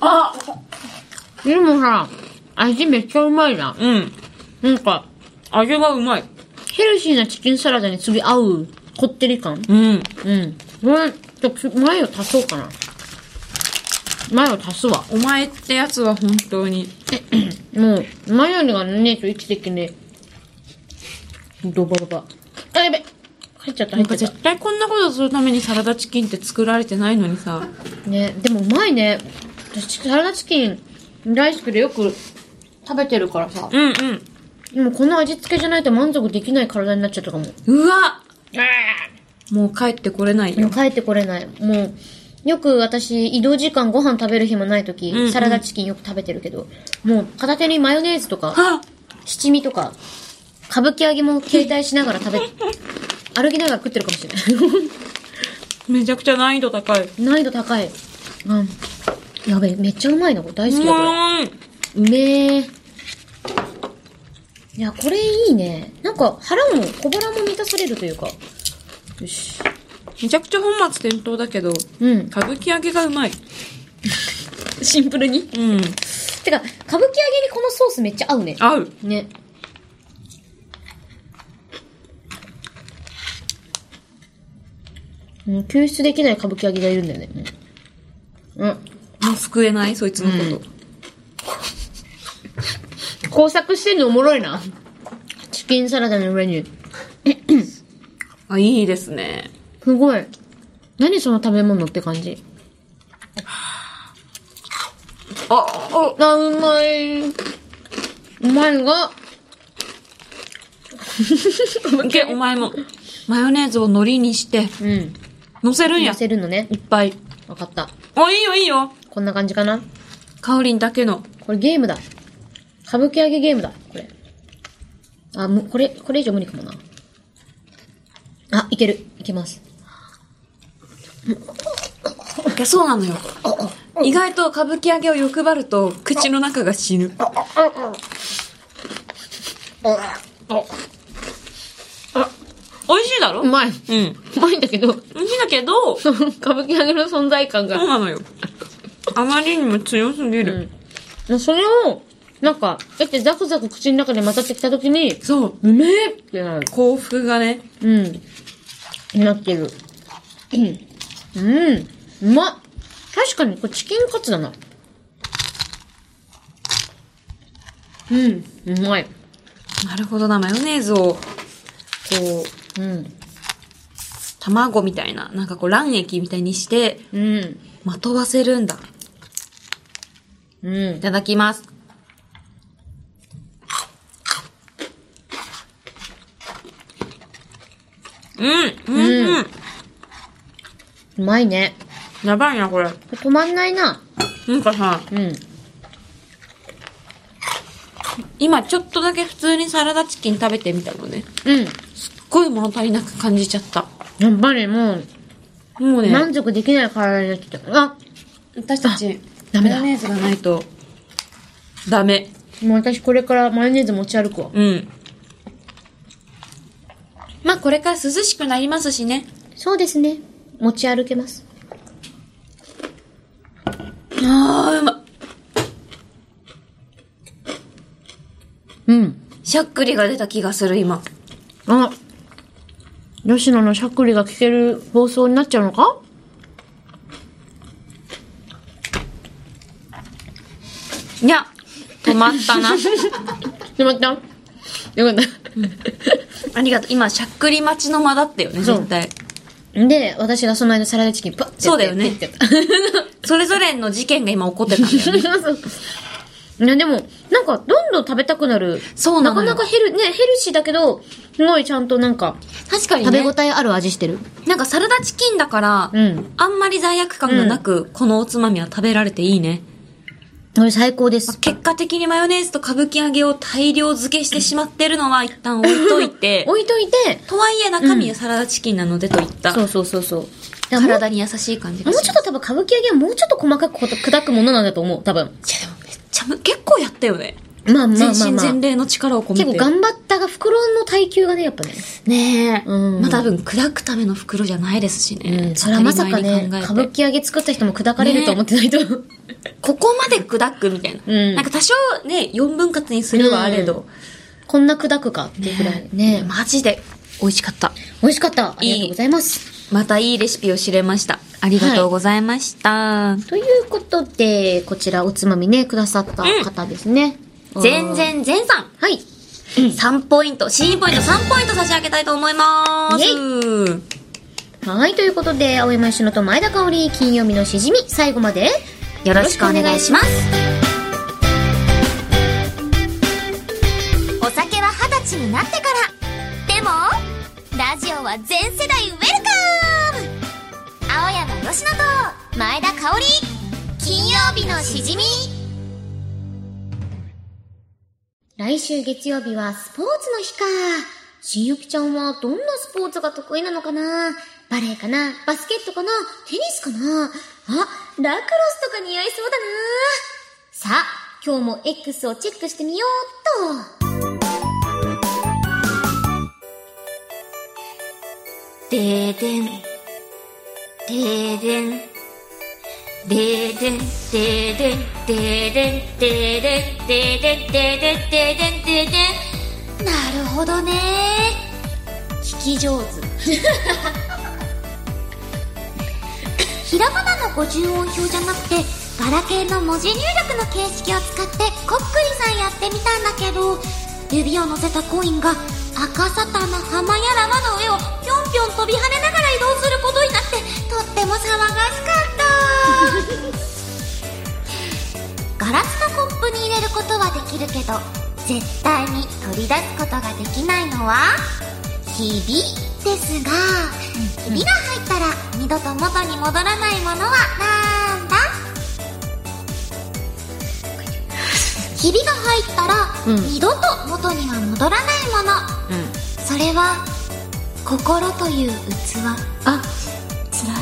あ、
でもさ味めっちゃうまいな
うん。
なんか
味がうまい。
ヘルシーなチキンサラダに次合うこってり感
うん。
うんこれちょっとマヨ足そうかなマヨ足すわ
お前ってやつは本当に。
もう、マヨネがねえと生きていけねえ。ドバドバ。あ、やべ入っちゃった、
な
入っ
ん
ちゃ
か
っ
絶対こんなことするためにサラダチキンって作られてないのにさ。
た。ね、でもうまいね。私、サラダチキン大好きでよく食べてるからさ。
うんうん。
でもこの味付けじゃないと満足できない体になっちゃったかも。
うわもう帰ってこれない
も
よ
う。帰ってこれない。もう、
よく私、移動時間ご飯食べる暇ない時、
んうん
サラダチキンよく食べてるけど、もう片手にマヨネーズとか、
あ
七味とか、歌舞伎揚げも携帯しながら食 べ、歩きながら食ってるかもしれない。
めちゃくちゃ難易度高い。う
難易度高い。うん。やべえ、めっちゃうまいな、これ大好きだこれ。
ーん。
うめえ。いや、これいいね。なんか腹も小腹も満たされるというか。よし。
めちゃくちゃ本末転倒だけど、
うん。
歌舞伎揚げがうまい。
シンプルに。
うん。
てか、歌舞伎揚げにこのソースめっちゃ合うね。
合う。
ね。うん、救出できない歌舞伎揚げがいるんだよね。うん。うん
もう救えないそいつのこと。
工作してんのおもろいな。チキンサラダの上に。
あ、いいですね。
すごい。何その食べ物って感じ。
あ、あ、
あ、うまい。うまいが。
いけ、お前も。マヨネーズを海苔にして、
うん。
乗せるん
痩
や。
せるのね
い。っぱい。
わかった。
あ、いいよいいよ。
こんな感じかな。
カオリンだけの。
これゲームだ。歌舞伎揚げゲームだ。これ。あ、む、これ、これ以上無理かもな。あ、いける。いけます。
いけそうなのよ。意外と歌舞伎揚げを欲張ると、口の中が死ぬ。美味しいだろ
うまい。
うん。
うまいんだけど、
美味しいんだけど、そ
歌舞伎揚げの存在感
う
が。
なのよ。あまりにも強すぎる。
それを、なんか、だってザクザク口の中で混ざってきた時に、
そう。
うめえってなる。
幸福がね。
うん。なってる。うん。うんうまっ確かに、これチキンカツだな。うん。うまい。
なるほどな、マヨネーズを、こう、
うん。
卵みたいな、なんかこう卵液みたいにして、
うん。
まとわせるんだ。
うん
い。ただきます。うん、うん、うん。
うまいね。
やばいな、これ。
これ止まんないな。
なんかさ、
うん。
今ちょっとだけ普通にサラダチキン食べてみたのね。
うん。
すっごい物足りなく感じちゃった。
やっぱりもう、
もうね、
満足できない体になってきた。あ
私たち、
ダメだ
マヨネーズがないと、ダメ。
もう私これからマヨネーズ持ち歩くわ。
うん。まあ、これから涼しくなりますしね。
そうですね。持ち歩けます。
ああ、うま。
うん。
しゃっくりが出た気がする、今。
あ、吉野のしゃっくりが聞ける放送になっちゃうのか
いや、止まったな。
止まったよかっ
ありがとう。今、しゃっくり待ちの間だったよね、
そう
絶対。
た。で、私がその間サラダチキンパッてやって
そうだよ ね
ペッてやっ
それぞれの事件が今起こってたんだよね。
たそういや、でも、なんか、どんどん食べたくなる。
そうなのよ
かなかヘル、ね、ヘルシーだけど、すごいちゃんとなんか、
確かに
食べ
ね
応、えある味してる。
なんかサラダチキンだから、
うん
あんまり罪悪感がなく、このおつまみは食べられていいね。
これ最高です。
結果的にマヨネーズと歌舞伎揚げを大量漬けしてしまってるのは一旦置いといて、
置いといて、
とはいえ中身はサラダチキンなのでといった、
そうそうそうそう。だから
体に優しい感じ
も
がしま
うも
す
うちょっと多分歌舞伎揚げはもうちょっと細かくこと砕くものなんだと思う、多
い
分。
やでもめっちゃむ、結構やったよね。
まあまあまあ、まあ。
全身全霊の力を込めて。
結構頑張ったが、袋の耐久がね、やっぱね。
ねえ。
うん
まあ多分砕くための袋じゃないですしね。
それはまさか
当た
ね、
り前に考えて
歌舞伎揚げ作った人も砕かれると思ってないと。
ここまで砕くみたいな。
うん
なんか多少ね、4分割にするはあれど。
こんな砕くかっていうくらい。ね
マジで美味しかった。
美味しかった。ありがとうございます。
またいいレシピを知れました。ありがとうございました。
ということで、こちらおつまみね、くださった方ですね。
全。然全さん
はい。
3ポイント、C ポイント3ポイント差し上げたいと思います。
イ
イ
はい、ということで、青山吉野と前田香織、金曜日のしじみ、最後まで、
よろしくお願いします。
お酒は二十歳になってからでもラジオは全世代ウェルカム青山吉野と
前田香織金曜日のしじみ
来週月曜日はスポーツの日か。しんゆきちゃんはどんなスポーツが得意なのかなバレエかなバスケットかなテニスかなあ、ラクロスとか似合いそうだな。さあ、今日も X をチェックしてみようっと。
停電停電停電停電停電停電停電停電停電停電なるほどね聞き上手ひらがなの五十音表じゃなくてガラケーの文字入力の形式を使ってこっくりさんやってみたんだけど指を乗せたコインが赤サタの浜やラマの上をぴょんぴょん飛び跳ねながら移動することになってとっても騒がしかった ガラスのコップに入れることはできるけど絶対に取り出すことができないのはひびですがひびが入ったら二度と元に戻らないものは なんだひびが入ったら、
うん
二度と元には戻らないものそれは心という器
あ、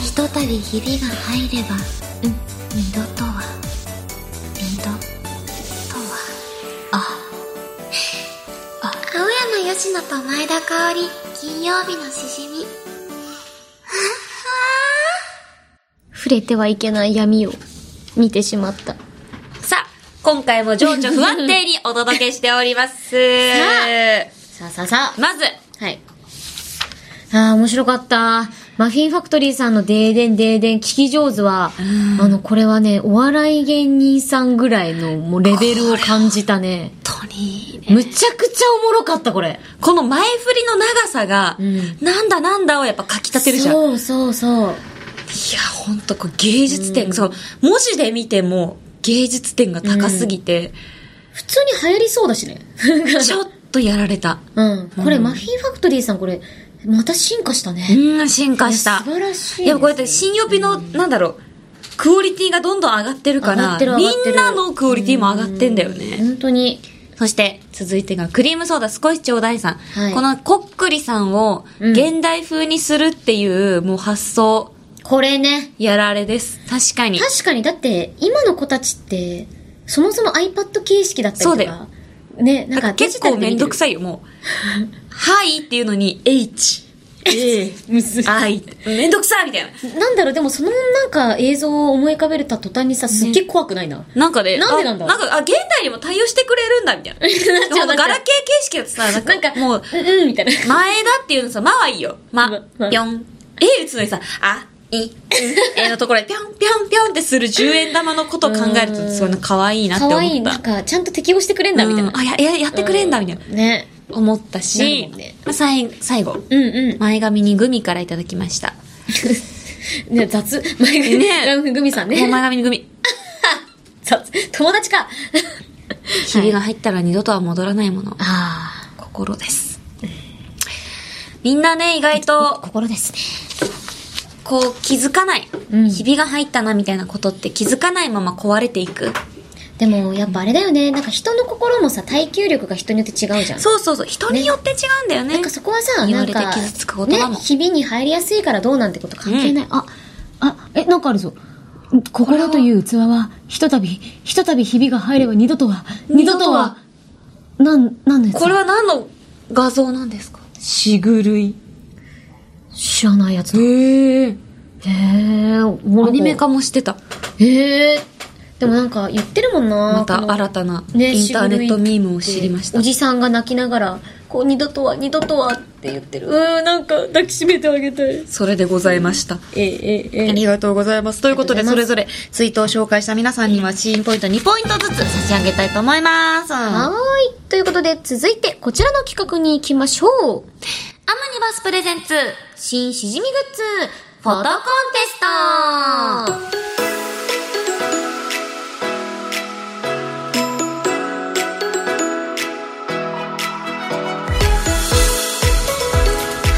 ひとたびひびが入れば、二度とは二度とはああ青山佳乃と前田香織金曜日のしじみ
触れてはいけない闇を見てしまった。
さあ、今回も情緒不安定にお届けしております。
さあさあさあ。
まず、
はい。ああ、面白かった。マフィンファクトリーさんのデーデンデーデン聞き上手は、あの、これはね、お笑い芸人さんぐらいのもうレベルを感じたね。
トニー。
むちゃくちゃおもろかった、これ。
この前振りの長さが、
ん
なんだなんだをやっぱ書き立てるじゃん。い
そうそうそう。
や、ほんと、これ芸術点、その、文字で見ても芸術点が高すぎて、
普通に流行りそうだしね。
ちょっとやられた。
うん。これ、マフィンファクトリーさん、これ、また進化したね。
うん、進化した。
素晴らしいですね
やっぱこうやって新予備の、なんだろう、クオリティがどんどん上がってるか
上が
ら、
ってる上
み
がってる
んなのクオリティも上がってんだよね。
本当に。
そして、続いてが、クリームソーダ少しちょうだいさん。
はい
このこっくりさんを、
うん
現代風にするっていう、もう発想、
これね。
やられです。確かに。
確かに、だって、今の子たちって、そもそも iPad 形式だったりとか。
そうだよ
ね、なんか
結構めんどくさいよ、もう。はいっていうのに、H、A、I、めんどくさいみたいな。
い。なんだろう、でもそのなんか映像を思い浮かべるた途端にさ、すっげえ怖くないな。
なんかね、
なんでなんだ
あなんか、あ、現代にも対応してくれるんだ、みたいな。
なっちゃう
でも
なっちゃう
ガラケー形式だとさ、なん
な
か、
んか、
もう、
うん、うん、みたいな。
前だっていうのさ、まはいいよ。ま
まま、
ぴょん。え打つのにさ、あ、い、うんえのところで、ぴょんぴょんぴょんってする10円玉のことを考えると、すごいな可愛いなって思
可
った。
愛い、なんか、ちゃんと適応してくれんだ、みたいな
うん。あ、や、や、やってくれんだ、みたいな。
ね。
思った
なる
し
もんね、
まあ最最後、
うんう
前髪にグミからいただきました。
ん。ね、雑。前髪
ね
ね。グミさん
もう前
ね。
髪にグミ。
雑。友達か。
ひびが入ったら二度とは戻らないもの。
あ
心です。みんなね、意外と
あ、、心ですね。
こう気づかない、
うん
ひびが入ったなみたいなことって気づかないまま壊れていく。
でも、やっぱあれだよね。なんか人の心もさ、耐久力が人によって違うじゃん。
そうそうそう。人によって違うんだよね。
なんかそこはさ、
言
な
わ
ん
れ
か、
て傷つく言葉も
ね、ひびに入りやすいからどうなんてこと関係ない。あ、あ、え、なんかあるぞ。心という器は、ひとたび、ひとたびひびが入れば二度とは、二度とは、なん、なんです
これは何の画像なんですか
しぐるい。知らないやつだ。
へえ。
へえ、おも
ア
ろ
ニ
い
メ。化もしてた。
へえ。でもなんか言ってるもんな
ま
こ
た
の
新たなインターネットミームを知りました
お。じさんが泣きながら、こう、二度とは、二度とはって言ってる。うーん、なんか抱きしめてあげたい。え
それでございました。
え、ええ、
ありがとうございます。ということで、
ありが
そ
とう
れ
ご
ぞれツイートを紹介した皆さんにはシーンポイント2ポイントずつ差し上げたいと思います。
はーい。ということで、続いて、こちらの企画に行きましょう。アムニバスプレゼンツ、新しじみグッズ、フォトコンテスト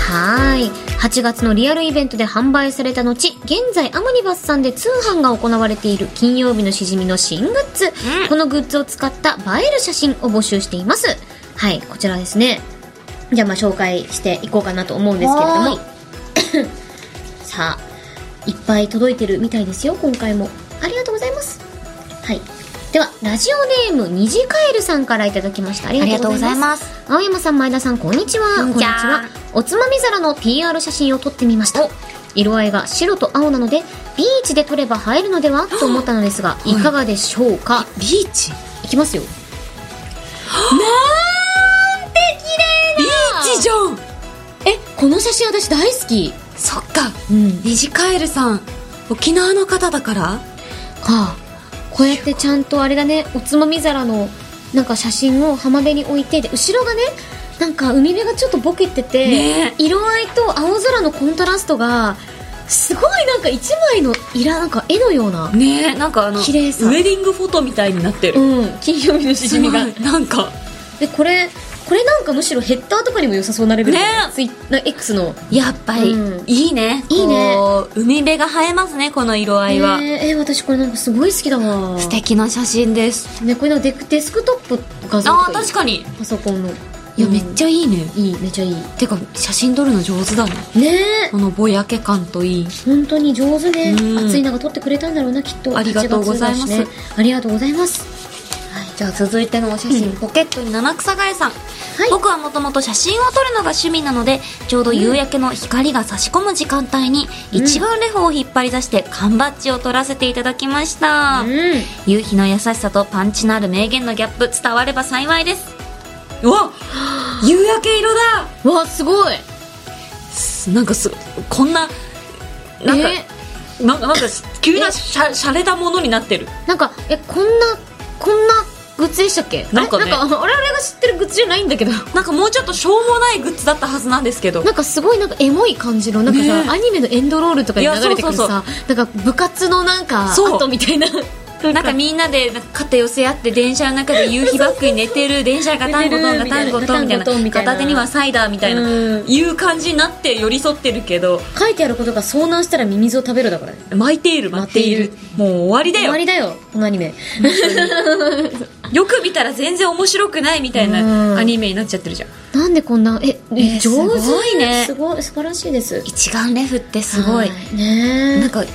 はーい。
8月のリアルイベントで販売された後現在アムニバスさんで通販が行われている金曜日のしじみの新グッズ、このグッズを使った映える写真を募集していますはいこちらですねじゃあまあ紹介していこうかなと思うんですけれども さあいっぱい届いてるみたいですよ今回もありがとうございますはいではラジオネームにじかえるさんからいただきましたありがとうございます
す
青山さん前田さんこんにちは
こんにちは
おつまみ皿の PR 写真を撮ってみました色合いが白と青なのでビーチで撮れば映えるのではと思ったのですがいかがでしょうか、
ビーチ
い、きますよ
ビーチじゃん
えこの写真私大好き
そっか
うん
ニジカエルさん沖縄の方だから
かこうやってちゃんとあれだねおつまみ皿のなんか写真を浜辺に置いてで後ろがねなんか海辺がちょっとボケてて、
ね
色合いと青空のコントラストがすごいなんか一枚のいらなんか絵のような
ねえなんかあのウ
綺麗さ
ェディングフォトみたいになってる、
うん金曜日のしじみが
すごいなんか
でこれこれなんかむしろヘッダーとかにも良さそうなレベルだ
ね
ツイな X の
やっぱり、
うん
いいね
いいね
こう海辺が映えますねこの色合いは、
ねええ私これなんかすごい好きだわ
素敵な写真です
ねこれなんかデクデスクトップ画像と
あ
か
ー確かにい
パソコンのい
や、めっちゃいいね
ゃいいめちゃいい
てか写真撮るの上手だね
ねえ
このぼやけ感といい
本当に上手ね、
うん
暑い中撮ってくれたんだろうなきっと
ありがとうございます
8月だしねありがとうございます
はい、じゃあ続いてのお写真、ポケットに七草がえさん、
い
僕はもともと写真を撮るのが趣味なのでちょうど夕焼けの光が差し込む時間帯に、一眼レフを引っ張り出して缶バッジを撮らせていただきました、
うん
夕日の優しさとパンチのある名言のギャップ伝われば幸いですう わ夕焼け色だ
わあすごい
すなんかすこんななんか、
え
なんかなんか急なしゃしゃれたものになってる
なんかえこんなこんなグッズでしたっけ
なんかね
あれなんかあの我々が知ってるグッズじゃないんだけど
なんかもうちょっとしょうもないグッズだったはずなんですけど
なんかすごいなんかエモい感じのなんかさ、
ねえ
アニメのエンドロールとかに流れてくる
いやそ
さなんか部活のなんか
そう
後みたいな
なんかみんなでなんか肩寄せ合って電車の中で夕日バックに寝 てる電車がタンゴトンがタンゴトンみたい
ガタンゴトンみ
な
たいな
片手にはサイダーみたいな
うん
いう感じになって寄り添ってるけど
書いてあることが遭難したらミミズを食べるだからね
巻いている巻いている
巻
もう終わりだ
終わ
よ
りだよこのアニメ
よく見たら全然面白くないみたい
うん
なアニメになっちゃってるじゃん
なんでこんなえ
ね
え上手
すごいね
すごい素晴らしいです
一眼レフってすごい
はねえ
なんかだ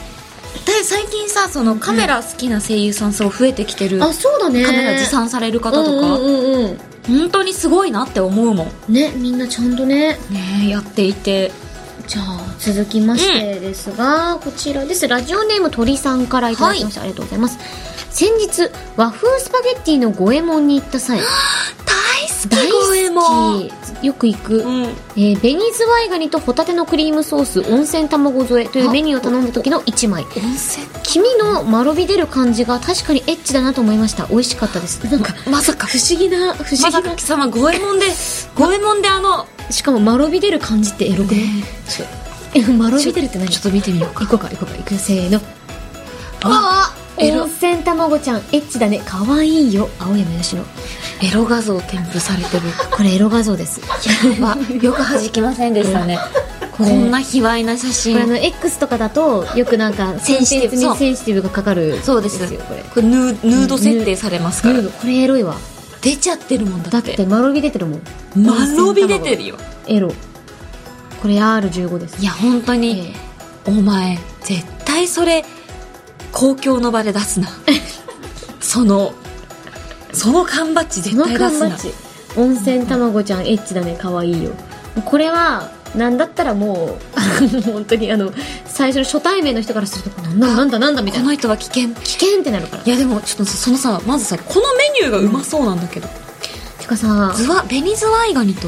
最近さそのカメラ好きな声優さんすごい増えてきてる
あそうだね
カメラ持参される方と
うん
か
うんうん
本当にすごいなって思うもん
うんねみんなちゃんとね
ねやっていて
じゃあ続きましてですが、こちらですラジオネーム鳥さんからいただきました、ありがとうございます先日和風スパゲッティの五右衛門に行った際大
五右衛門
好きよく行く、
うん
えー紅ズワイガニとホタテのクリームソース温泉卵添えというメニューを頼んだ時の1枚
温泉
黄身のまろび出る感じが確かにエッチだなと思いました美味しかったですなんか
まさか
不思議な不思
ま
議
さ
な
か貴様五右衛門で五右衛門であの
しかもまろび出る感じってエロくねえまろび出るって何
ちょっと見てみようか
行こうか行こうか行くよせーの
あエロ
温泉卵ちゃんエッチだね可愛いよ青山佳乃
エロ画像添付されてる
これエロ画像です
まよく弾きませんでしたねこ
れ
んな卑猥な写
これあ
真
の X とかだとよくなんか
センシティブそう
コンテンツにセンシティブがかかる
そうです
よこれ
これヌーヌード設定されますから
ヌードこれエロいわ
出ちゃってるもんだ
だ
っ
っててまろび出てるもん
まろび出てるよ
エロこれ R15 です
いや本当
え
に、お前絶対それ公共の場で出す なそのその缶バッジ
え
絶
この
対出
缶
す
バ
な
ッジ温泉卵ちゃんエッチだね可愛いよこれはなんだったらもう本当にあの最初の初対面の人からするとなんだなんだなんだみた
こ
いな
の人は危険
危険ってなるから
いやでもちょっとそのさまずさこのメニューがうまそうなんだけど、
てかさ
ズワベニズワイガニと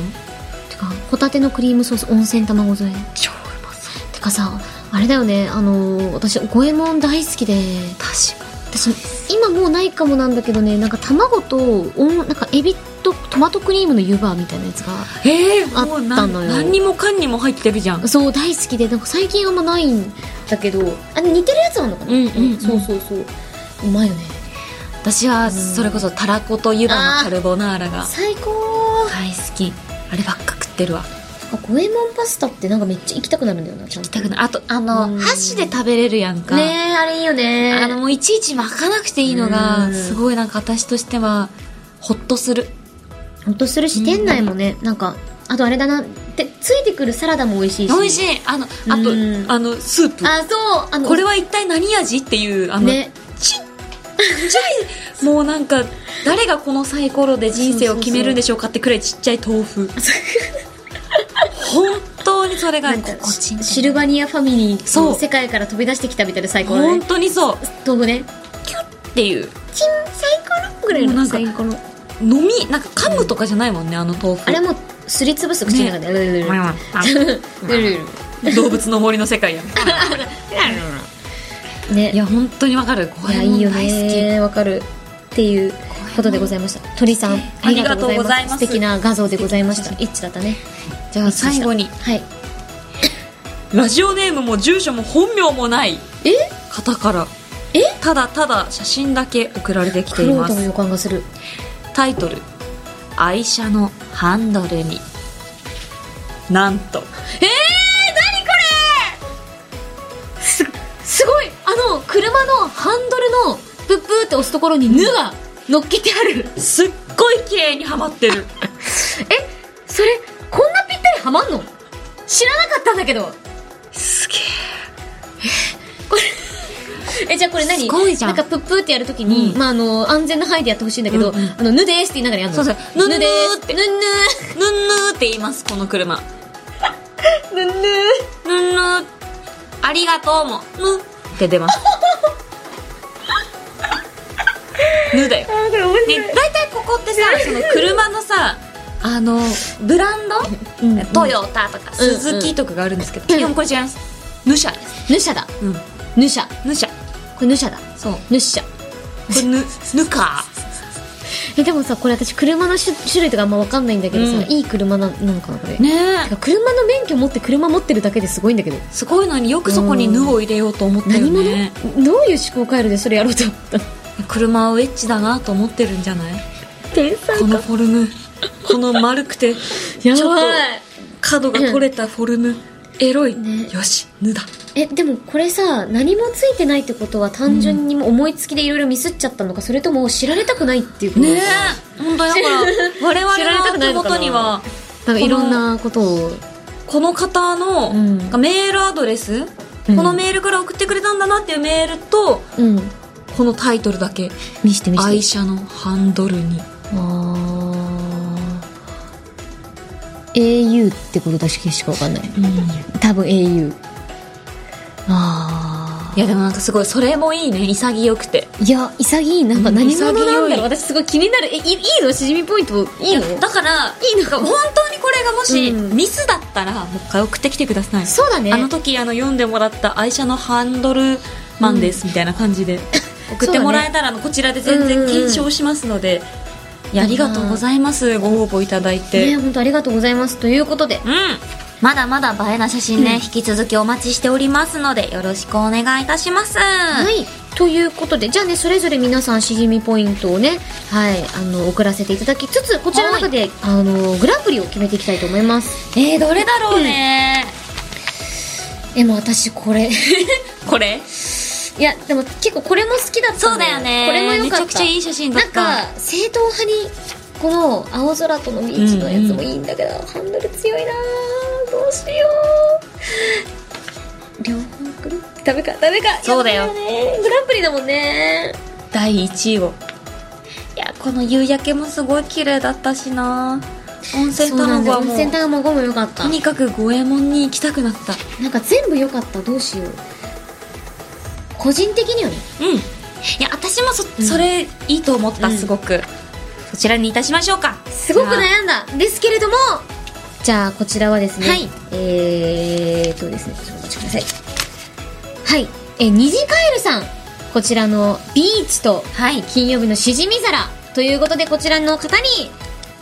てかホタテのクリームソース温泉卵添え
超うまそう
てかさあれだよねあのー私五右衛門大好きで
確か
私今もうないかもなんだけどねなんか卵とおんなんかエビとトマトクリームの湯葉みたいなやつが
にええー、
あった
も
のよ
うなん何にもかんにも入ってるじゃん
そう大好きでなんか最近あんまないんだけどあ似てるやつなのかな
うんうんうん
そうそうそううまいよね
私はそれこそたらこと湯葉のカルボナーラが
最高
大好きあればっか食ってるわ
あ五右衛門パスタってなんかめっちゃ行きたくなるんだよなちゃんと
だからあと、あの、箸で食べれるやんか。
ねえあれいいよね
あの、もういちいち巻かなくていいの
う
が、
ん
すごいなんか私としては、ほっとする。
ほっとするし店内もね、なんかあとあれだなでついてくるサラダも美味しいし
美味しいあの、あと
うん、
あの、スープ。
あそうあの
これは一体何味っていう、あの、
ね
ちっちゃい、もうなんか、誰がこのサイコロで人生を決めるんでしょうかってくらいちっちゃい豆腐。本当にそれが
なん
心
か
地いいんだよ
シルバニアファミリー
そ
の
う
世界から飛び出してきたみたいな最高だ
本
ね
当にそう。
豆腐ね
キュッっていう。
チンサイコロぐらい
もうな
の
んか
サイコロ
飲み、なんか噛むとかじゃないもんね、あの豆腐。
あれはもうすりつぶす口の中でルルルルルルルル
動物の森の世界やん。
ル ね
いや、本当にわかる。こ
い
れ
やいいよ
大好
ねわかるっていうことでございました鳥さん
ありがとうございます
素敵な画像でございました一致だったね
き。じゃあ最後に、
はい
ラジオネームも住所も本名もない
え
方から、
え
ただただ写真だけ送られてきてい
黒
ま
人の
す。
予感がする
タイトル、愛車のハンドルに。なんと、え
すごいあの車のハンドルのプップーって押すところに「ぬ」が乗っけてある
ーすっごい綺麗にはまってる。
えそれこんなぴったりはまんの知らなかったんだけど
すげ
えじゃあこれ 何
すごいじゃん
なんかプップーってやるときに、
うん
まあ、あの安全な範囲でやってほしいんだけど「
うんうん
あのぬでーす」って言いながらやるの
そうそう
ぬでーす」
ぬぬーって
ぬんぬ
え。ぬんぬーって言います、この車。
ー ぬんぬ
ぬんぬーありがとうもぬって出 ますぬだよ、ね、
ーこれ面白い
大体ここってさその車のさあのブランド、トヨタとか
うんうん
スズキとかがあるんですけど、基本これ違いますヌシャです
ぬしゃだ
うん
ぬしゃ
ヌシャ
これぬしゃだ
そうこ
ぬっしゃ
れヌヌカ
えでもさこれ私車の種種類とかあんま分かんないんだけどさ、
うん
いい車ななのかなこれ、
ーね
てか車の免許持って車持ってるだけですごいんだけど
すごいのによくそこにヌを入れようと思ったよ
何者、
ね
どういう思考回路でそれやろうと思ったの
車をエッチだなと思ってるんじゃない
天才
このフォルムこの丸くて ちょ
や
っと
ばい
角が取れたフォルムエロい、
ね
よしぬだ
えでもこれさ何もついてないってことは単純にもう思いつきでいろいろミスっちゃったのか、それとも知られたくないっていうこと
ねえ本当だから
知られ
我
た
々
くな
の手
いのかな
元には
なんかいろんなことを
この方の、
うん
メールアドレス、
うん
このメールから送ってくれたんだなっていうメールと
うん
このタイトルだけ
見して見して
愛車のハンドルに
あー au ってことだけしかわかんない、多分 au あ
いやでもなんかすごいそれもいいね潔くて
ーいや潔いなんか何者なんだ
潔
ろ
いう
私すごい気になるえいいいのしじみポイントいいの
だから
いいの
本当にこれがもし、
うん
ミスだったらもう一回送ってきてください
そうだね
あの時あの読んでもらった愛車のハンドルマンですみたいな感じ で送ってもらえたらあのこちらで全然検証しますので、いやありがとうございますご応募いただいて、
ね本当ありがとうございますということで
うんまだまだ映えな写真ね、引き続きお待ちしておりますのでよろしくお願いいたします、
はい。ということで、じゃあね、それぞれ皆さん、しじみポイントをね、はい、あの、送らせていただきつつ、こちらの中で、あの、グランプリを決めていきたいと思います。
えー、どれだろうね、
え、もう私、これ。 い
これ
や、でも結構これも好きだったん
そうだよね
これも良かった。
めちゃくちゃいい写真だった
なんか、正統派に、この、青空とのビーチのやつもいいんだけど、ハンドル強いなぁどうしよう。両方くるダメか、ダメか。
そうだよ
やばいねグランプリだもんね。
第1位をいやこの夕焼けもすごい綺麗だったしな温泉
そうなん
卵
だよ
は
温
もう
泉卵も良かった
と。にかく五右衛門に行きたくなった
なんか全部良かったどうしよう個人的にはね
うんいや私もそ,、それいいと思った、
うん
すごくそちらにいたしましょうか
すごく
じゃ
悩んだですけれどもじゃあこちらはですね
はい
えーっとですねちょっとお待ちくださいはいえー虹カエルさんこちらのビーチと
あはい
金曜日のしじみ皿ということでこちらの方に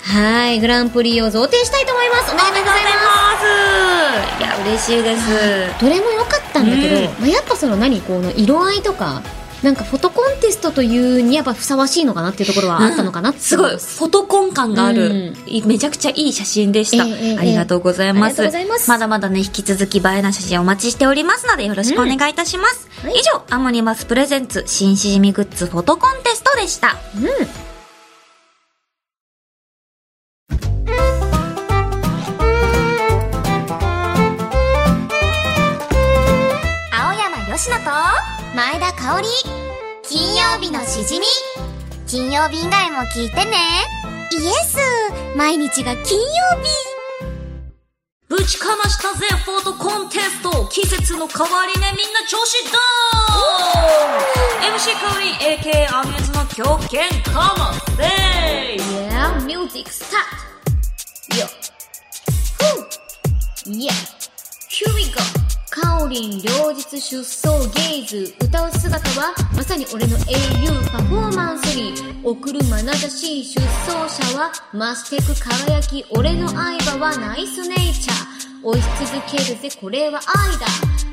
はいグランプリを贈呈したいと思いますおめでとうございま
い
す
や嬉しいです
どれも良かったんだけど、
うん
まあ、やっぱその何この色合いとかなんかフォトコンテストというにやっぱふさわしいのかなっていうところはあったのかなって、
すごい、フォトコン感がある、いめちゃくちゃいい写真でした。
ええええ
ありがとうございます。
ありがとうございます
だまだね、引き続き映えな写真お待ちしておりますので、よろしくお願いいたします。
はい
以上、アモニバスプレゼンツ、新しじみグッズフォトコンテストでした。
青山よしと前田香織金曜日のしじみ金曜日以外も聞いてねイエス毎日が金曜日
ぶちかましたぜ、フォトコンテスト季節の変わり目みんな調子だ !MC 香り AKA アミューズの狂犬かませ
Yeah, music start. Yo. Whew. Yeah. Here we go. カオリン両日出走ゲイズ歌う姿はまさに俺の英雄パフォーマンスに送る眼差し出走者は増してく輝き俺の相場はナイスネイチャー追い続けるぜこれは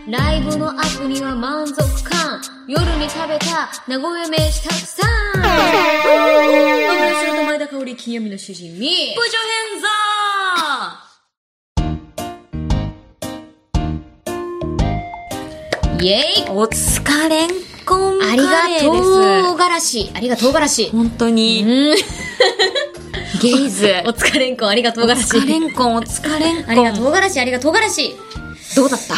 愛だライブのアップには満足感夜に食べた名古屋飯たくさん私の前田香織金曜日の主人に
部長編ザ
イエイ
ーお疲れんこんカ
あり
レ
が
ー
とう
です。
がらし。ありがとうがらし。
本当に、
うん。
ゲイ ズ。
お疲れんこん、ありがとうがらし。
お疲れんこん、お疲れん
ありが
こん。
とうがらし、ありがとうがらし。
どうだった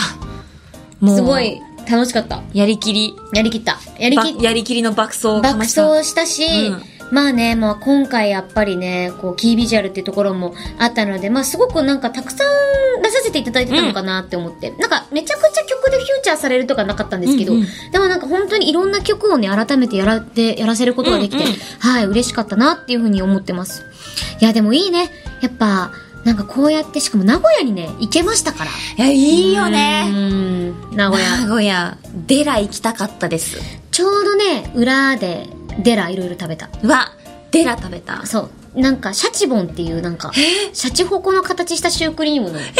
もう
すごい、楽しかった。
やりきり。
やりきった。やり
ば
きっ
やりきりの爆走をか
爆
ました。
走したし、
うん
まあね、まあ今回やっぱりね、こう、キービジュアルっていうところもあったので、まあすごくなんかたくさん出させていただいてたのかなって思って、なんかめちゃくちゃ曲でフューチャーされるとかなかったんですけど、
うんう
でもなんか本当にいろんな曲をね、改めてやらて、やらせることができて、
うんうん
はい、嬉しかったなっていうふうに思ってます。いや、でもいいね。やっぱ、なんかこうやって、しかも名古屋にね、行けましたから。
いや、いいよ
う
ね。
ん、名古屋。
名古屋、デラ行きたかったです。
ちょうどね、裏で、デラいろいろ食べた。
は、デラ食べた。
そう。なんか、シャチボンっていう、なんか、シャチホコの形したシュークリームのやつと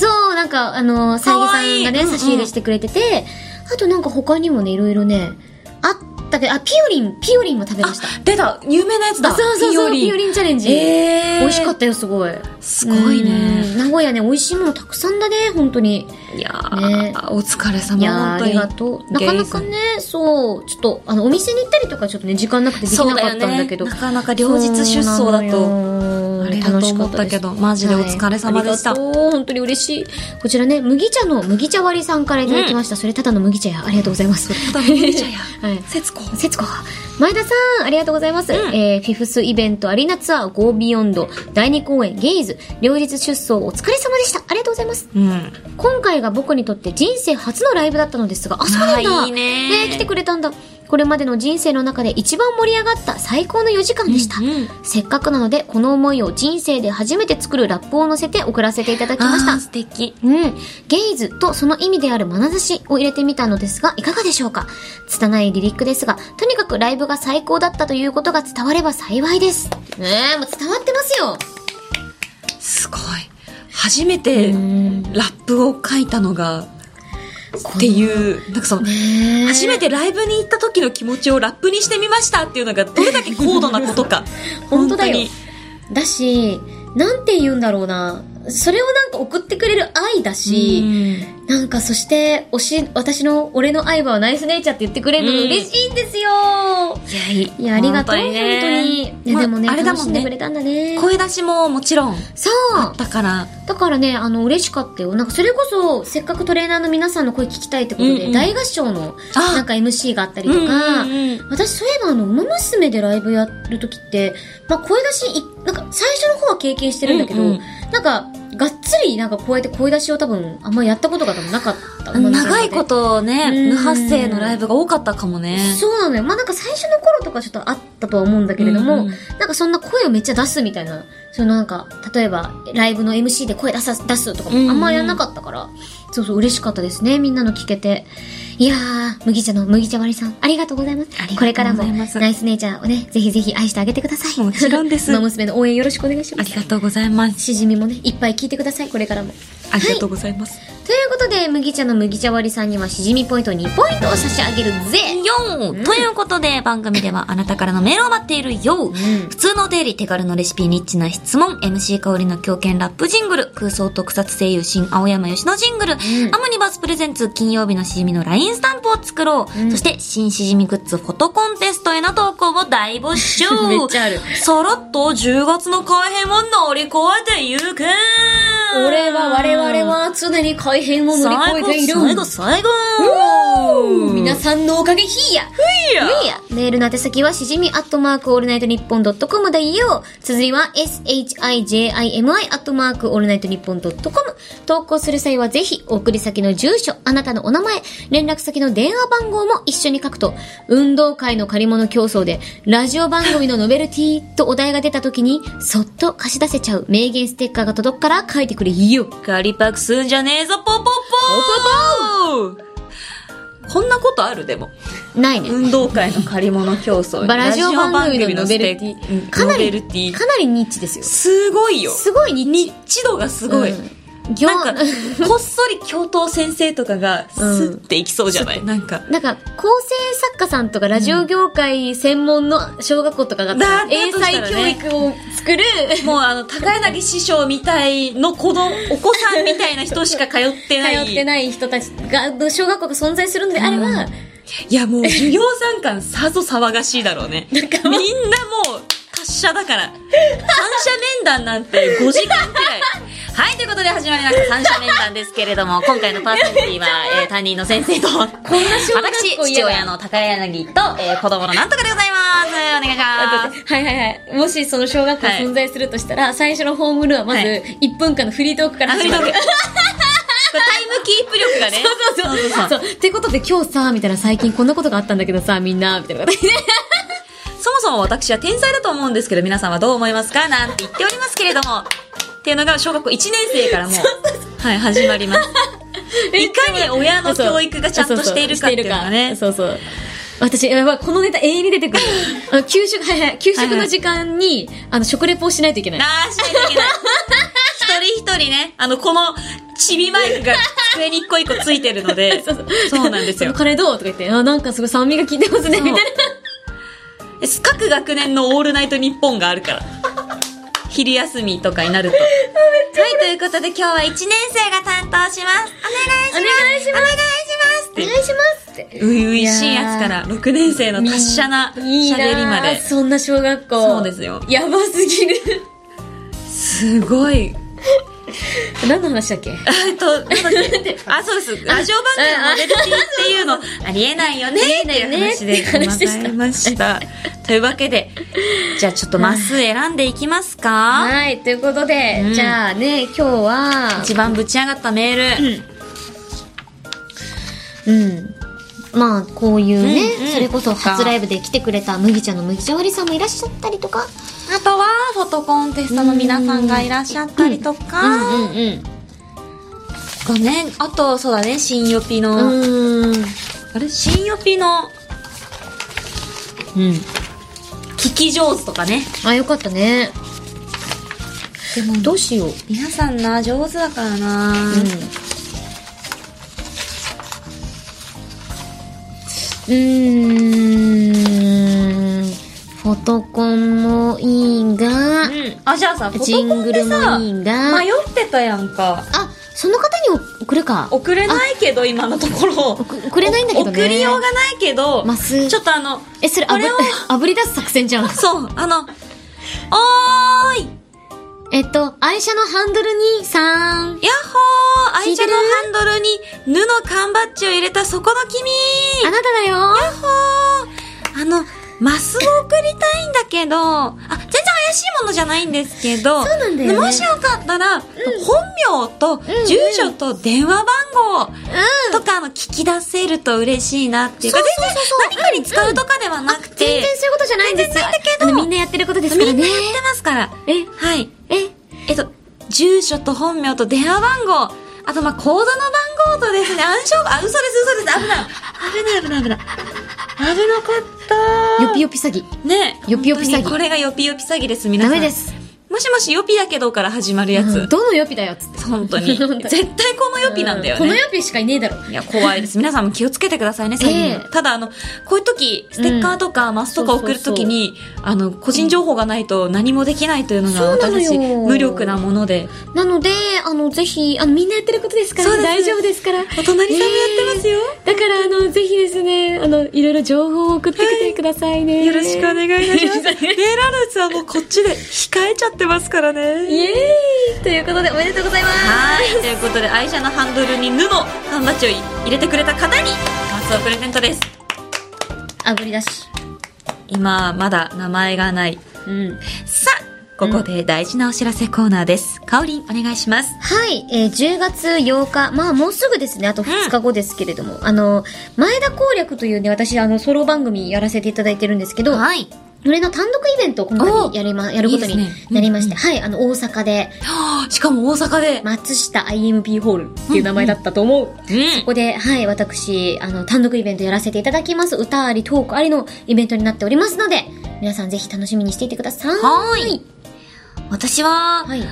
か、そう、なんか、あの、さゆぎさんが
かわいい
ね、
うんうん
差し入れしてくれてて、あとなんか他にもね、いろいろね、あったけど、あ、ピオリン、ピオリンも食べま
あ
した。、
出た有名なやつだ
あ、そうそうそう、ピオリンチャレンジ。
えー
美味しかったよ、すごい。
すごいね
うん。名古屋ね、美味しいものたくさんだね、本当に。
いや
ね
ー、お疲れ
い
様。
やーあ
本当に
りがとう。なかなかね、そう、ちょっと、あの、お店に行ったりとかちょっとね、時間なくてできなかったんだけ
そうだよね
ど。
なかなか両日出走だと
そうなのよ
あれだと思ったけどマジでお疲れ様でした
はいありがとう本当に嬉しい。こちらね、麦茶の麦茶割りさんからいただきました。それただの麦茶や。ありがとうございます。
ただの 麦茶や
はい。
節子
節子。前田さん、ありがとうございます。えー、フィフスイベントアリーナツアー Go Beyond 第2公演ゲイズ両日出走お疲れ様でした。ありがとうございます。
うん
今回が僕にとって人生初のライブだったのですが、あ、そうなん
あ
だ。
ーいいね
来てくれたんだ。これまでの人生の中で一番盛り上がった最高の4時間でした。
うんうん
せっかくなので、この思いを人生で初めて作るラップを乗せて送らせていただきまし
あー
た。
素敵
うん。ゲイズとその意味である眼差しを入れてみたのですが、いかがでしょうか拙いリリックですが、とにかくライブが最高だったということが伝われば幸いです。ねえ、もう伝わってますよ。
すごい初めてラップを書いたのがっていうなんかその初めてライブに行った時の気持ちをラップにしてみましたっていうのがどれだけ高度なことか
本当だよ
に。
だし、なんて言うんだろうな。それをなんか送ってくれる愛だし、なんかそして、おし、私の、俺の愛はナイスネイチャーって言ってくれるのが
うん
嬉しいんですよ、
いやい
いや、ありがとう、本当に,、
ね
いや、
まあ
でもね、
あれだ
楽
も
し
ん
んでくれ
ね
たんだね。
声出しももちろん
そう
だから
だからね、あの、嬉しかったよ。なんか、それこそ、せっかくトレーナーの皆さんの声聞きたいってことで、
うんうん
大合唱の、
あ
なんか MC があったりとか、
うんうんうん
私、そういえば、あの、馬娘でライブやるときって、まあ、声出しい、なんか、最初の方は経験してるんだけど、
うんうん
なんか、がっつり、なんか、こうやって声出しを多分、あんまやったことが多分なかった。馬娘
長いこ
で。
とね
うん
無発声のライブが多かったかもね
そうなのよ。まあ、なんか最初の頃とかちょっとあったとは思うんだけれども、
うんうん
なんかそんな声をめっちゃ出すみたいな、そのなんか、例えばライブの MC で声出さ、出すとかもあんまやんなかったから、そうそう嬉しかったですね、みんなの聞けて。いやー、麦茶の麦茶割りさん、ありがとうございます。
ありがとうございます
これからも、ナイス姉ちゃんをね、ぜひぜひ愛してあげてください。
もちろんです
馬娘の応援よろしくお願いし
あ
ま
り
す。
がとうございます
しじみもね、いっぱい聞いてください、これからも。
ありがとうございます。
ということで、麦茶の麦茶割りさんにはしじみポイント2ポイントを差し上げるぜ
よーということで、番組ではあなたからのメールを待っているよ、普通のお便り、手軽のレシピ、ニッチな質問、MC 香りの狂犬ラップジングル、空想特撮声優新青山吉野ジングル、アムニバスプレゼンツ金曜日のしじみの LINE スタンプを作ろう、そして新しじみグッズフォトコンテストへの投稿を大募集
めっちゃある
さらっと10月の改編を乗り越えてゆく
俺は、我々は常に改変を乗り越えている。
最後、最後、最後
皆さんのおかげ、ひいやひいやメールの宛先は、しじみアットマークオールナイトニッポンドットコムだよ綴りは、shijimi アットマークオールナイトニッポンドットコム投稿する際は、ぜひ、お送り先の住所、あなたのお名前、連絡先の電話番号も一緒に書くと、運動会の借り物競争で、ラジオ番組のノベルティとお題が出た時に、そっと貸し出せちゃう名言ステッカーが届くから書いてくれよ
ガリパクすんじゃねえぞ、ポポポー
こんなことあるでも。
ないね。
運動会の借り物競争
バ ラジオ番組のノベルテ
ラジオ番組のス
ィ。
テッ
かな
ノベ
り、
ルティ
かなりニッチですよ。
すごいよ。
すごいニッチ。
ニッチ度がすごい。
うん行
なんか、こっそり教頭先生とかが、ス
うん
ッていきそうじゃない、なんか。
なんか、構成作家さんとかラジオ業界専門の小学校とかが、
だだとし
英
たらね
才教育を作る、
もうあの、高柳師匠みたいの子供、お子さんみたいな人しか通ってない。
通ってない人たちが、小学校が存在するのであれば、
うんいやもう、授業参観さぞ騒がしいだろう ね。みんなもう、達者だから。三者面談なんて5時間くら い。
はい、ということで始まりました三者面談ですけれども、今回のパーソナリテ ィは、えー、担任の先生と、
小学校
私、
嫌
父
だ
親の高柳と、えー、子供のなんとかでございます。お願いします。
はいはいはい。もしその小学校
はい
存在するとしたら、最初のホームルームはまず
はい
1分間のフリートークから
あフ
始
リー
ま
トー
る。
クこれ タイムキープ力がね。
そうそうそう。そうってことで今日さ、みたいな最近こんなことがあったんだけどさ、みんな、みたいなこと言って
そもそも私は天才だと思うんですけど、皆さんはどう思いますかなんて言っておりますけれども、っていうのが小学校1年生 からもう、はい、始まり ます。いかに親の教育がちゃんとしているかっていうのがね。
そうそう。私、やばい、このネタ永遠に出てくる。あの給食、はいはい、給食の時間に、あの、食レポをしないといけない。
ああ、しないといけない。一人一人ね、あの、この、ちびマイクが机に一個一個ついてるので、 そうなんですよ
その。カレーどうとか言って、あ、なんかすごい酸味が効いてますね、
そう
みたい
各学年のオールナイトニッポンがあるから。昼休みとかにな ると。はい、ということで今日は1年生が担当します。お願いします。
お願いしま
お
す
願いします。って
な。お願いしますって。
初々しいやつから6年生の達者な
いい
喋りま
なあ
で。
そんな小学校。
そうですよ
やばすぎる。
すごい。
何の話だっ け
えっ と、なんだっけ あ、そうです。ラジオ番組のモデルティっていうの、ありえないよねっていう話でございました。というわけで、じゃあちょっとマス選んでいきますか。
はい、ということで、
うん
じゃあね、今日は、
一番ぶち上がったメール。
うん。まあ、こういうね、
うんうん
それこそ初ライブで来てくれた麦ちゃんの麦茶割りさんもいらっしゃったりとか。
あとは、フォトコンテストの皆さんがいらっしゃったりとか、
んうん。
がね、あと、そうだね、新予備
う
の、
ん。
あれ新予備の、
うん。
聞き上手とかね。
あ、よかったね。でも、どうしよう。
皆さんな、上手だからな
うーん。フォトコンもいいが、
うん。あ、じゃあさ、フォ
ジ
トコ
ン
ン
グ
で
ルも
さ、
いい
迷
が、
ってたやんか。
あ、その方に送るか。
送れないけど、今のところ。
送送 れないんだけどね。
送りようがないけど、
マス
ちょっとあの、
え、それ、
こ
あぶ
れを、
あぶり出す作戦じゃん。
そう、あの、おーい
えっと、愛車のハンドルに、さー
や
ん。
っほー愛車のハンドルに布缶バッジを入れたそこの君
あなただよ
やっほーあの、マスを送りたいんだけど、あ、全然怪しいものじゃないんですけど、
そうなんだよね
もしよかったら、本名と住所と電話番号とかあの聞き出せると嬉しいなっていうか、
そう
全然何かに使うとかではなくて、
全然そういうことじゃないんです
全然ないんだけど
あのみんなやってることですから
み
ね。
んなやってますから。
え
はい。
え、
えっと、住所と本名と電話番号。あと、まあ、口座の番号とですね、暗証番号、あ、嘘です、嘘です、危ない。危ない、危ない、危ない。危なかった
よぴよぴ詐欺。
ね
よぴよぴ詐欺
本当にこれがよぴよぴ詐欺です、皆
ダ
さん。
メで。す。
もしもし、ヨピだけどから始まるや
う
つ
ん。どの予備だよっつって。
本当に。
本当に
絶対このヨピなんだよ
この
ね。
予備しかいねえだろ。
いや、怖いです。皆さんも気をつけてくださいね、詐欺には
ええ
ただ、あの、こういう時、ステッカーとかマスとか送る時に、あの、個人情報がないと何もできないというのが、
そうなの
私た
よ
ち無力なもので。
なので、あの、ぜひ、あの、みんなやってることですから、
そうです
大丈夫です から。
お隣さんもやってますよ。
だから、あの、ぜひですね、あの、いろいろ情報を送ってきてくださいね。
よろしくお願いいたし ます。
は
ベーラルーツはもうこっちで控えちゃってますからね。
イエーイということで、おめでとうございます。
はい。ということで、愛車のハンドルに布、缶バッジを入れてくれた方に、マスをプレゼントです。
あぶりだし。
今、まだ名前がない。
うん。
さあ、ここで大事なお知らせコーナーです。かおりん、お願いし ます。
はい、えー10月8日、まあもうすぐですね、あと2日後ですけれども、あの、前田攻略というね、私、あの、ソロ番組やらせていただいてるんですけど、
い。
それの単独イベントを今回
おう
やりま、やることに
いいですね
なりまして、
う
はい、あの、大阪で、
しかも大阪で。
松下 IMP ホールっていう名前だったと思う。
うん
こ。こで、はい、私、あの、単独イベントやらせていただきます。歌あり、トークありのイベントになっておりますので、皆さんぜひ楽しみにしていてください。
はーい。私は、
はい。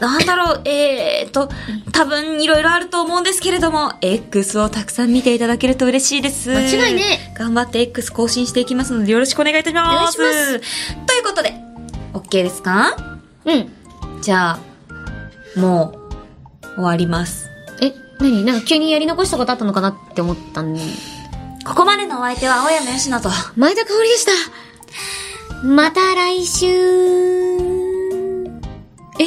なんだろう、えーと、多分いろいろあると思うんですけれども、X をたくさん見ていただけると嬉しいです。
間違いね。
頑張って X 更新していきますので、よろしくお願いいたします。
お願い
ということで、OK ですか
うん。
じゃあ、もう、終わります。
え、何なんか急にやり残したことあったのかなって思ったんで。
ここまでのお相手は青山よしと。
前田香織でした。また来週。え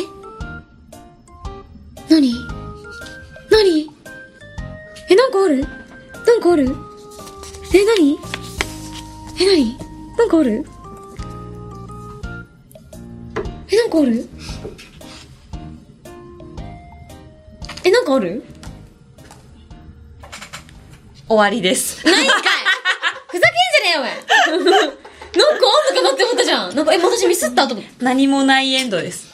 何何え、なんかあるなんかあるえ、何え、何なんかあるえ、なんかあるえ、なんかある
終わりです。
ないんかいふざけんじゃね えよ、お前なんかあんのかなって思ったじゃん。なんか、え、私ミスったと思って。
何もないエンドです。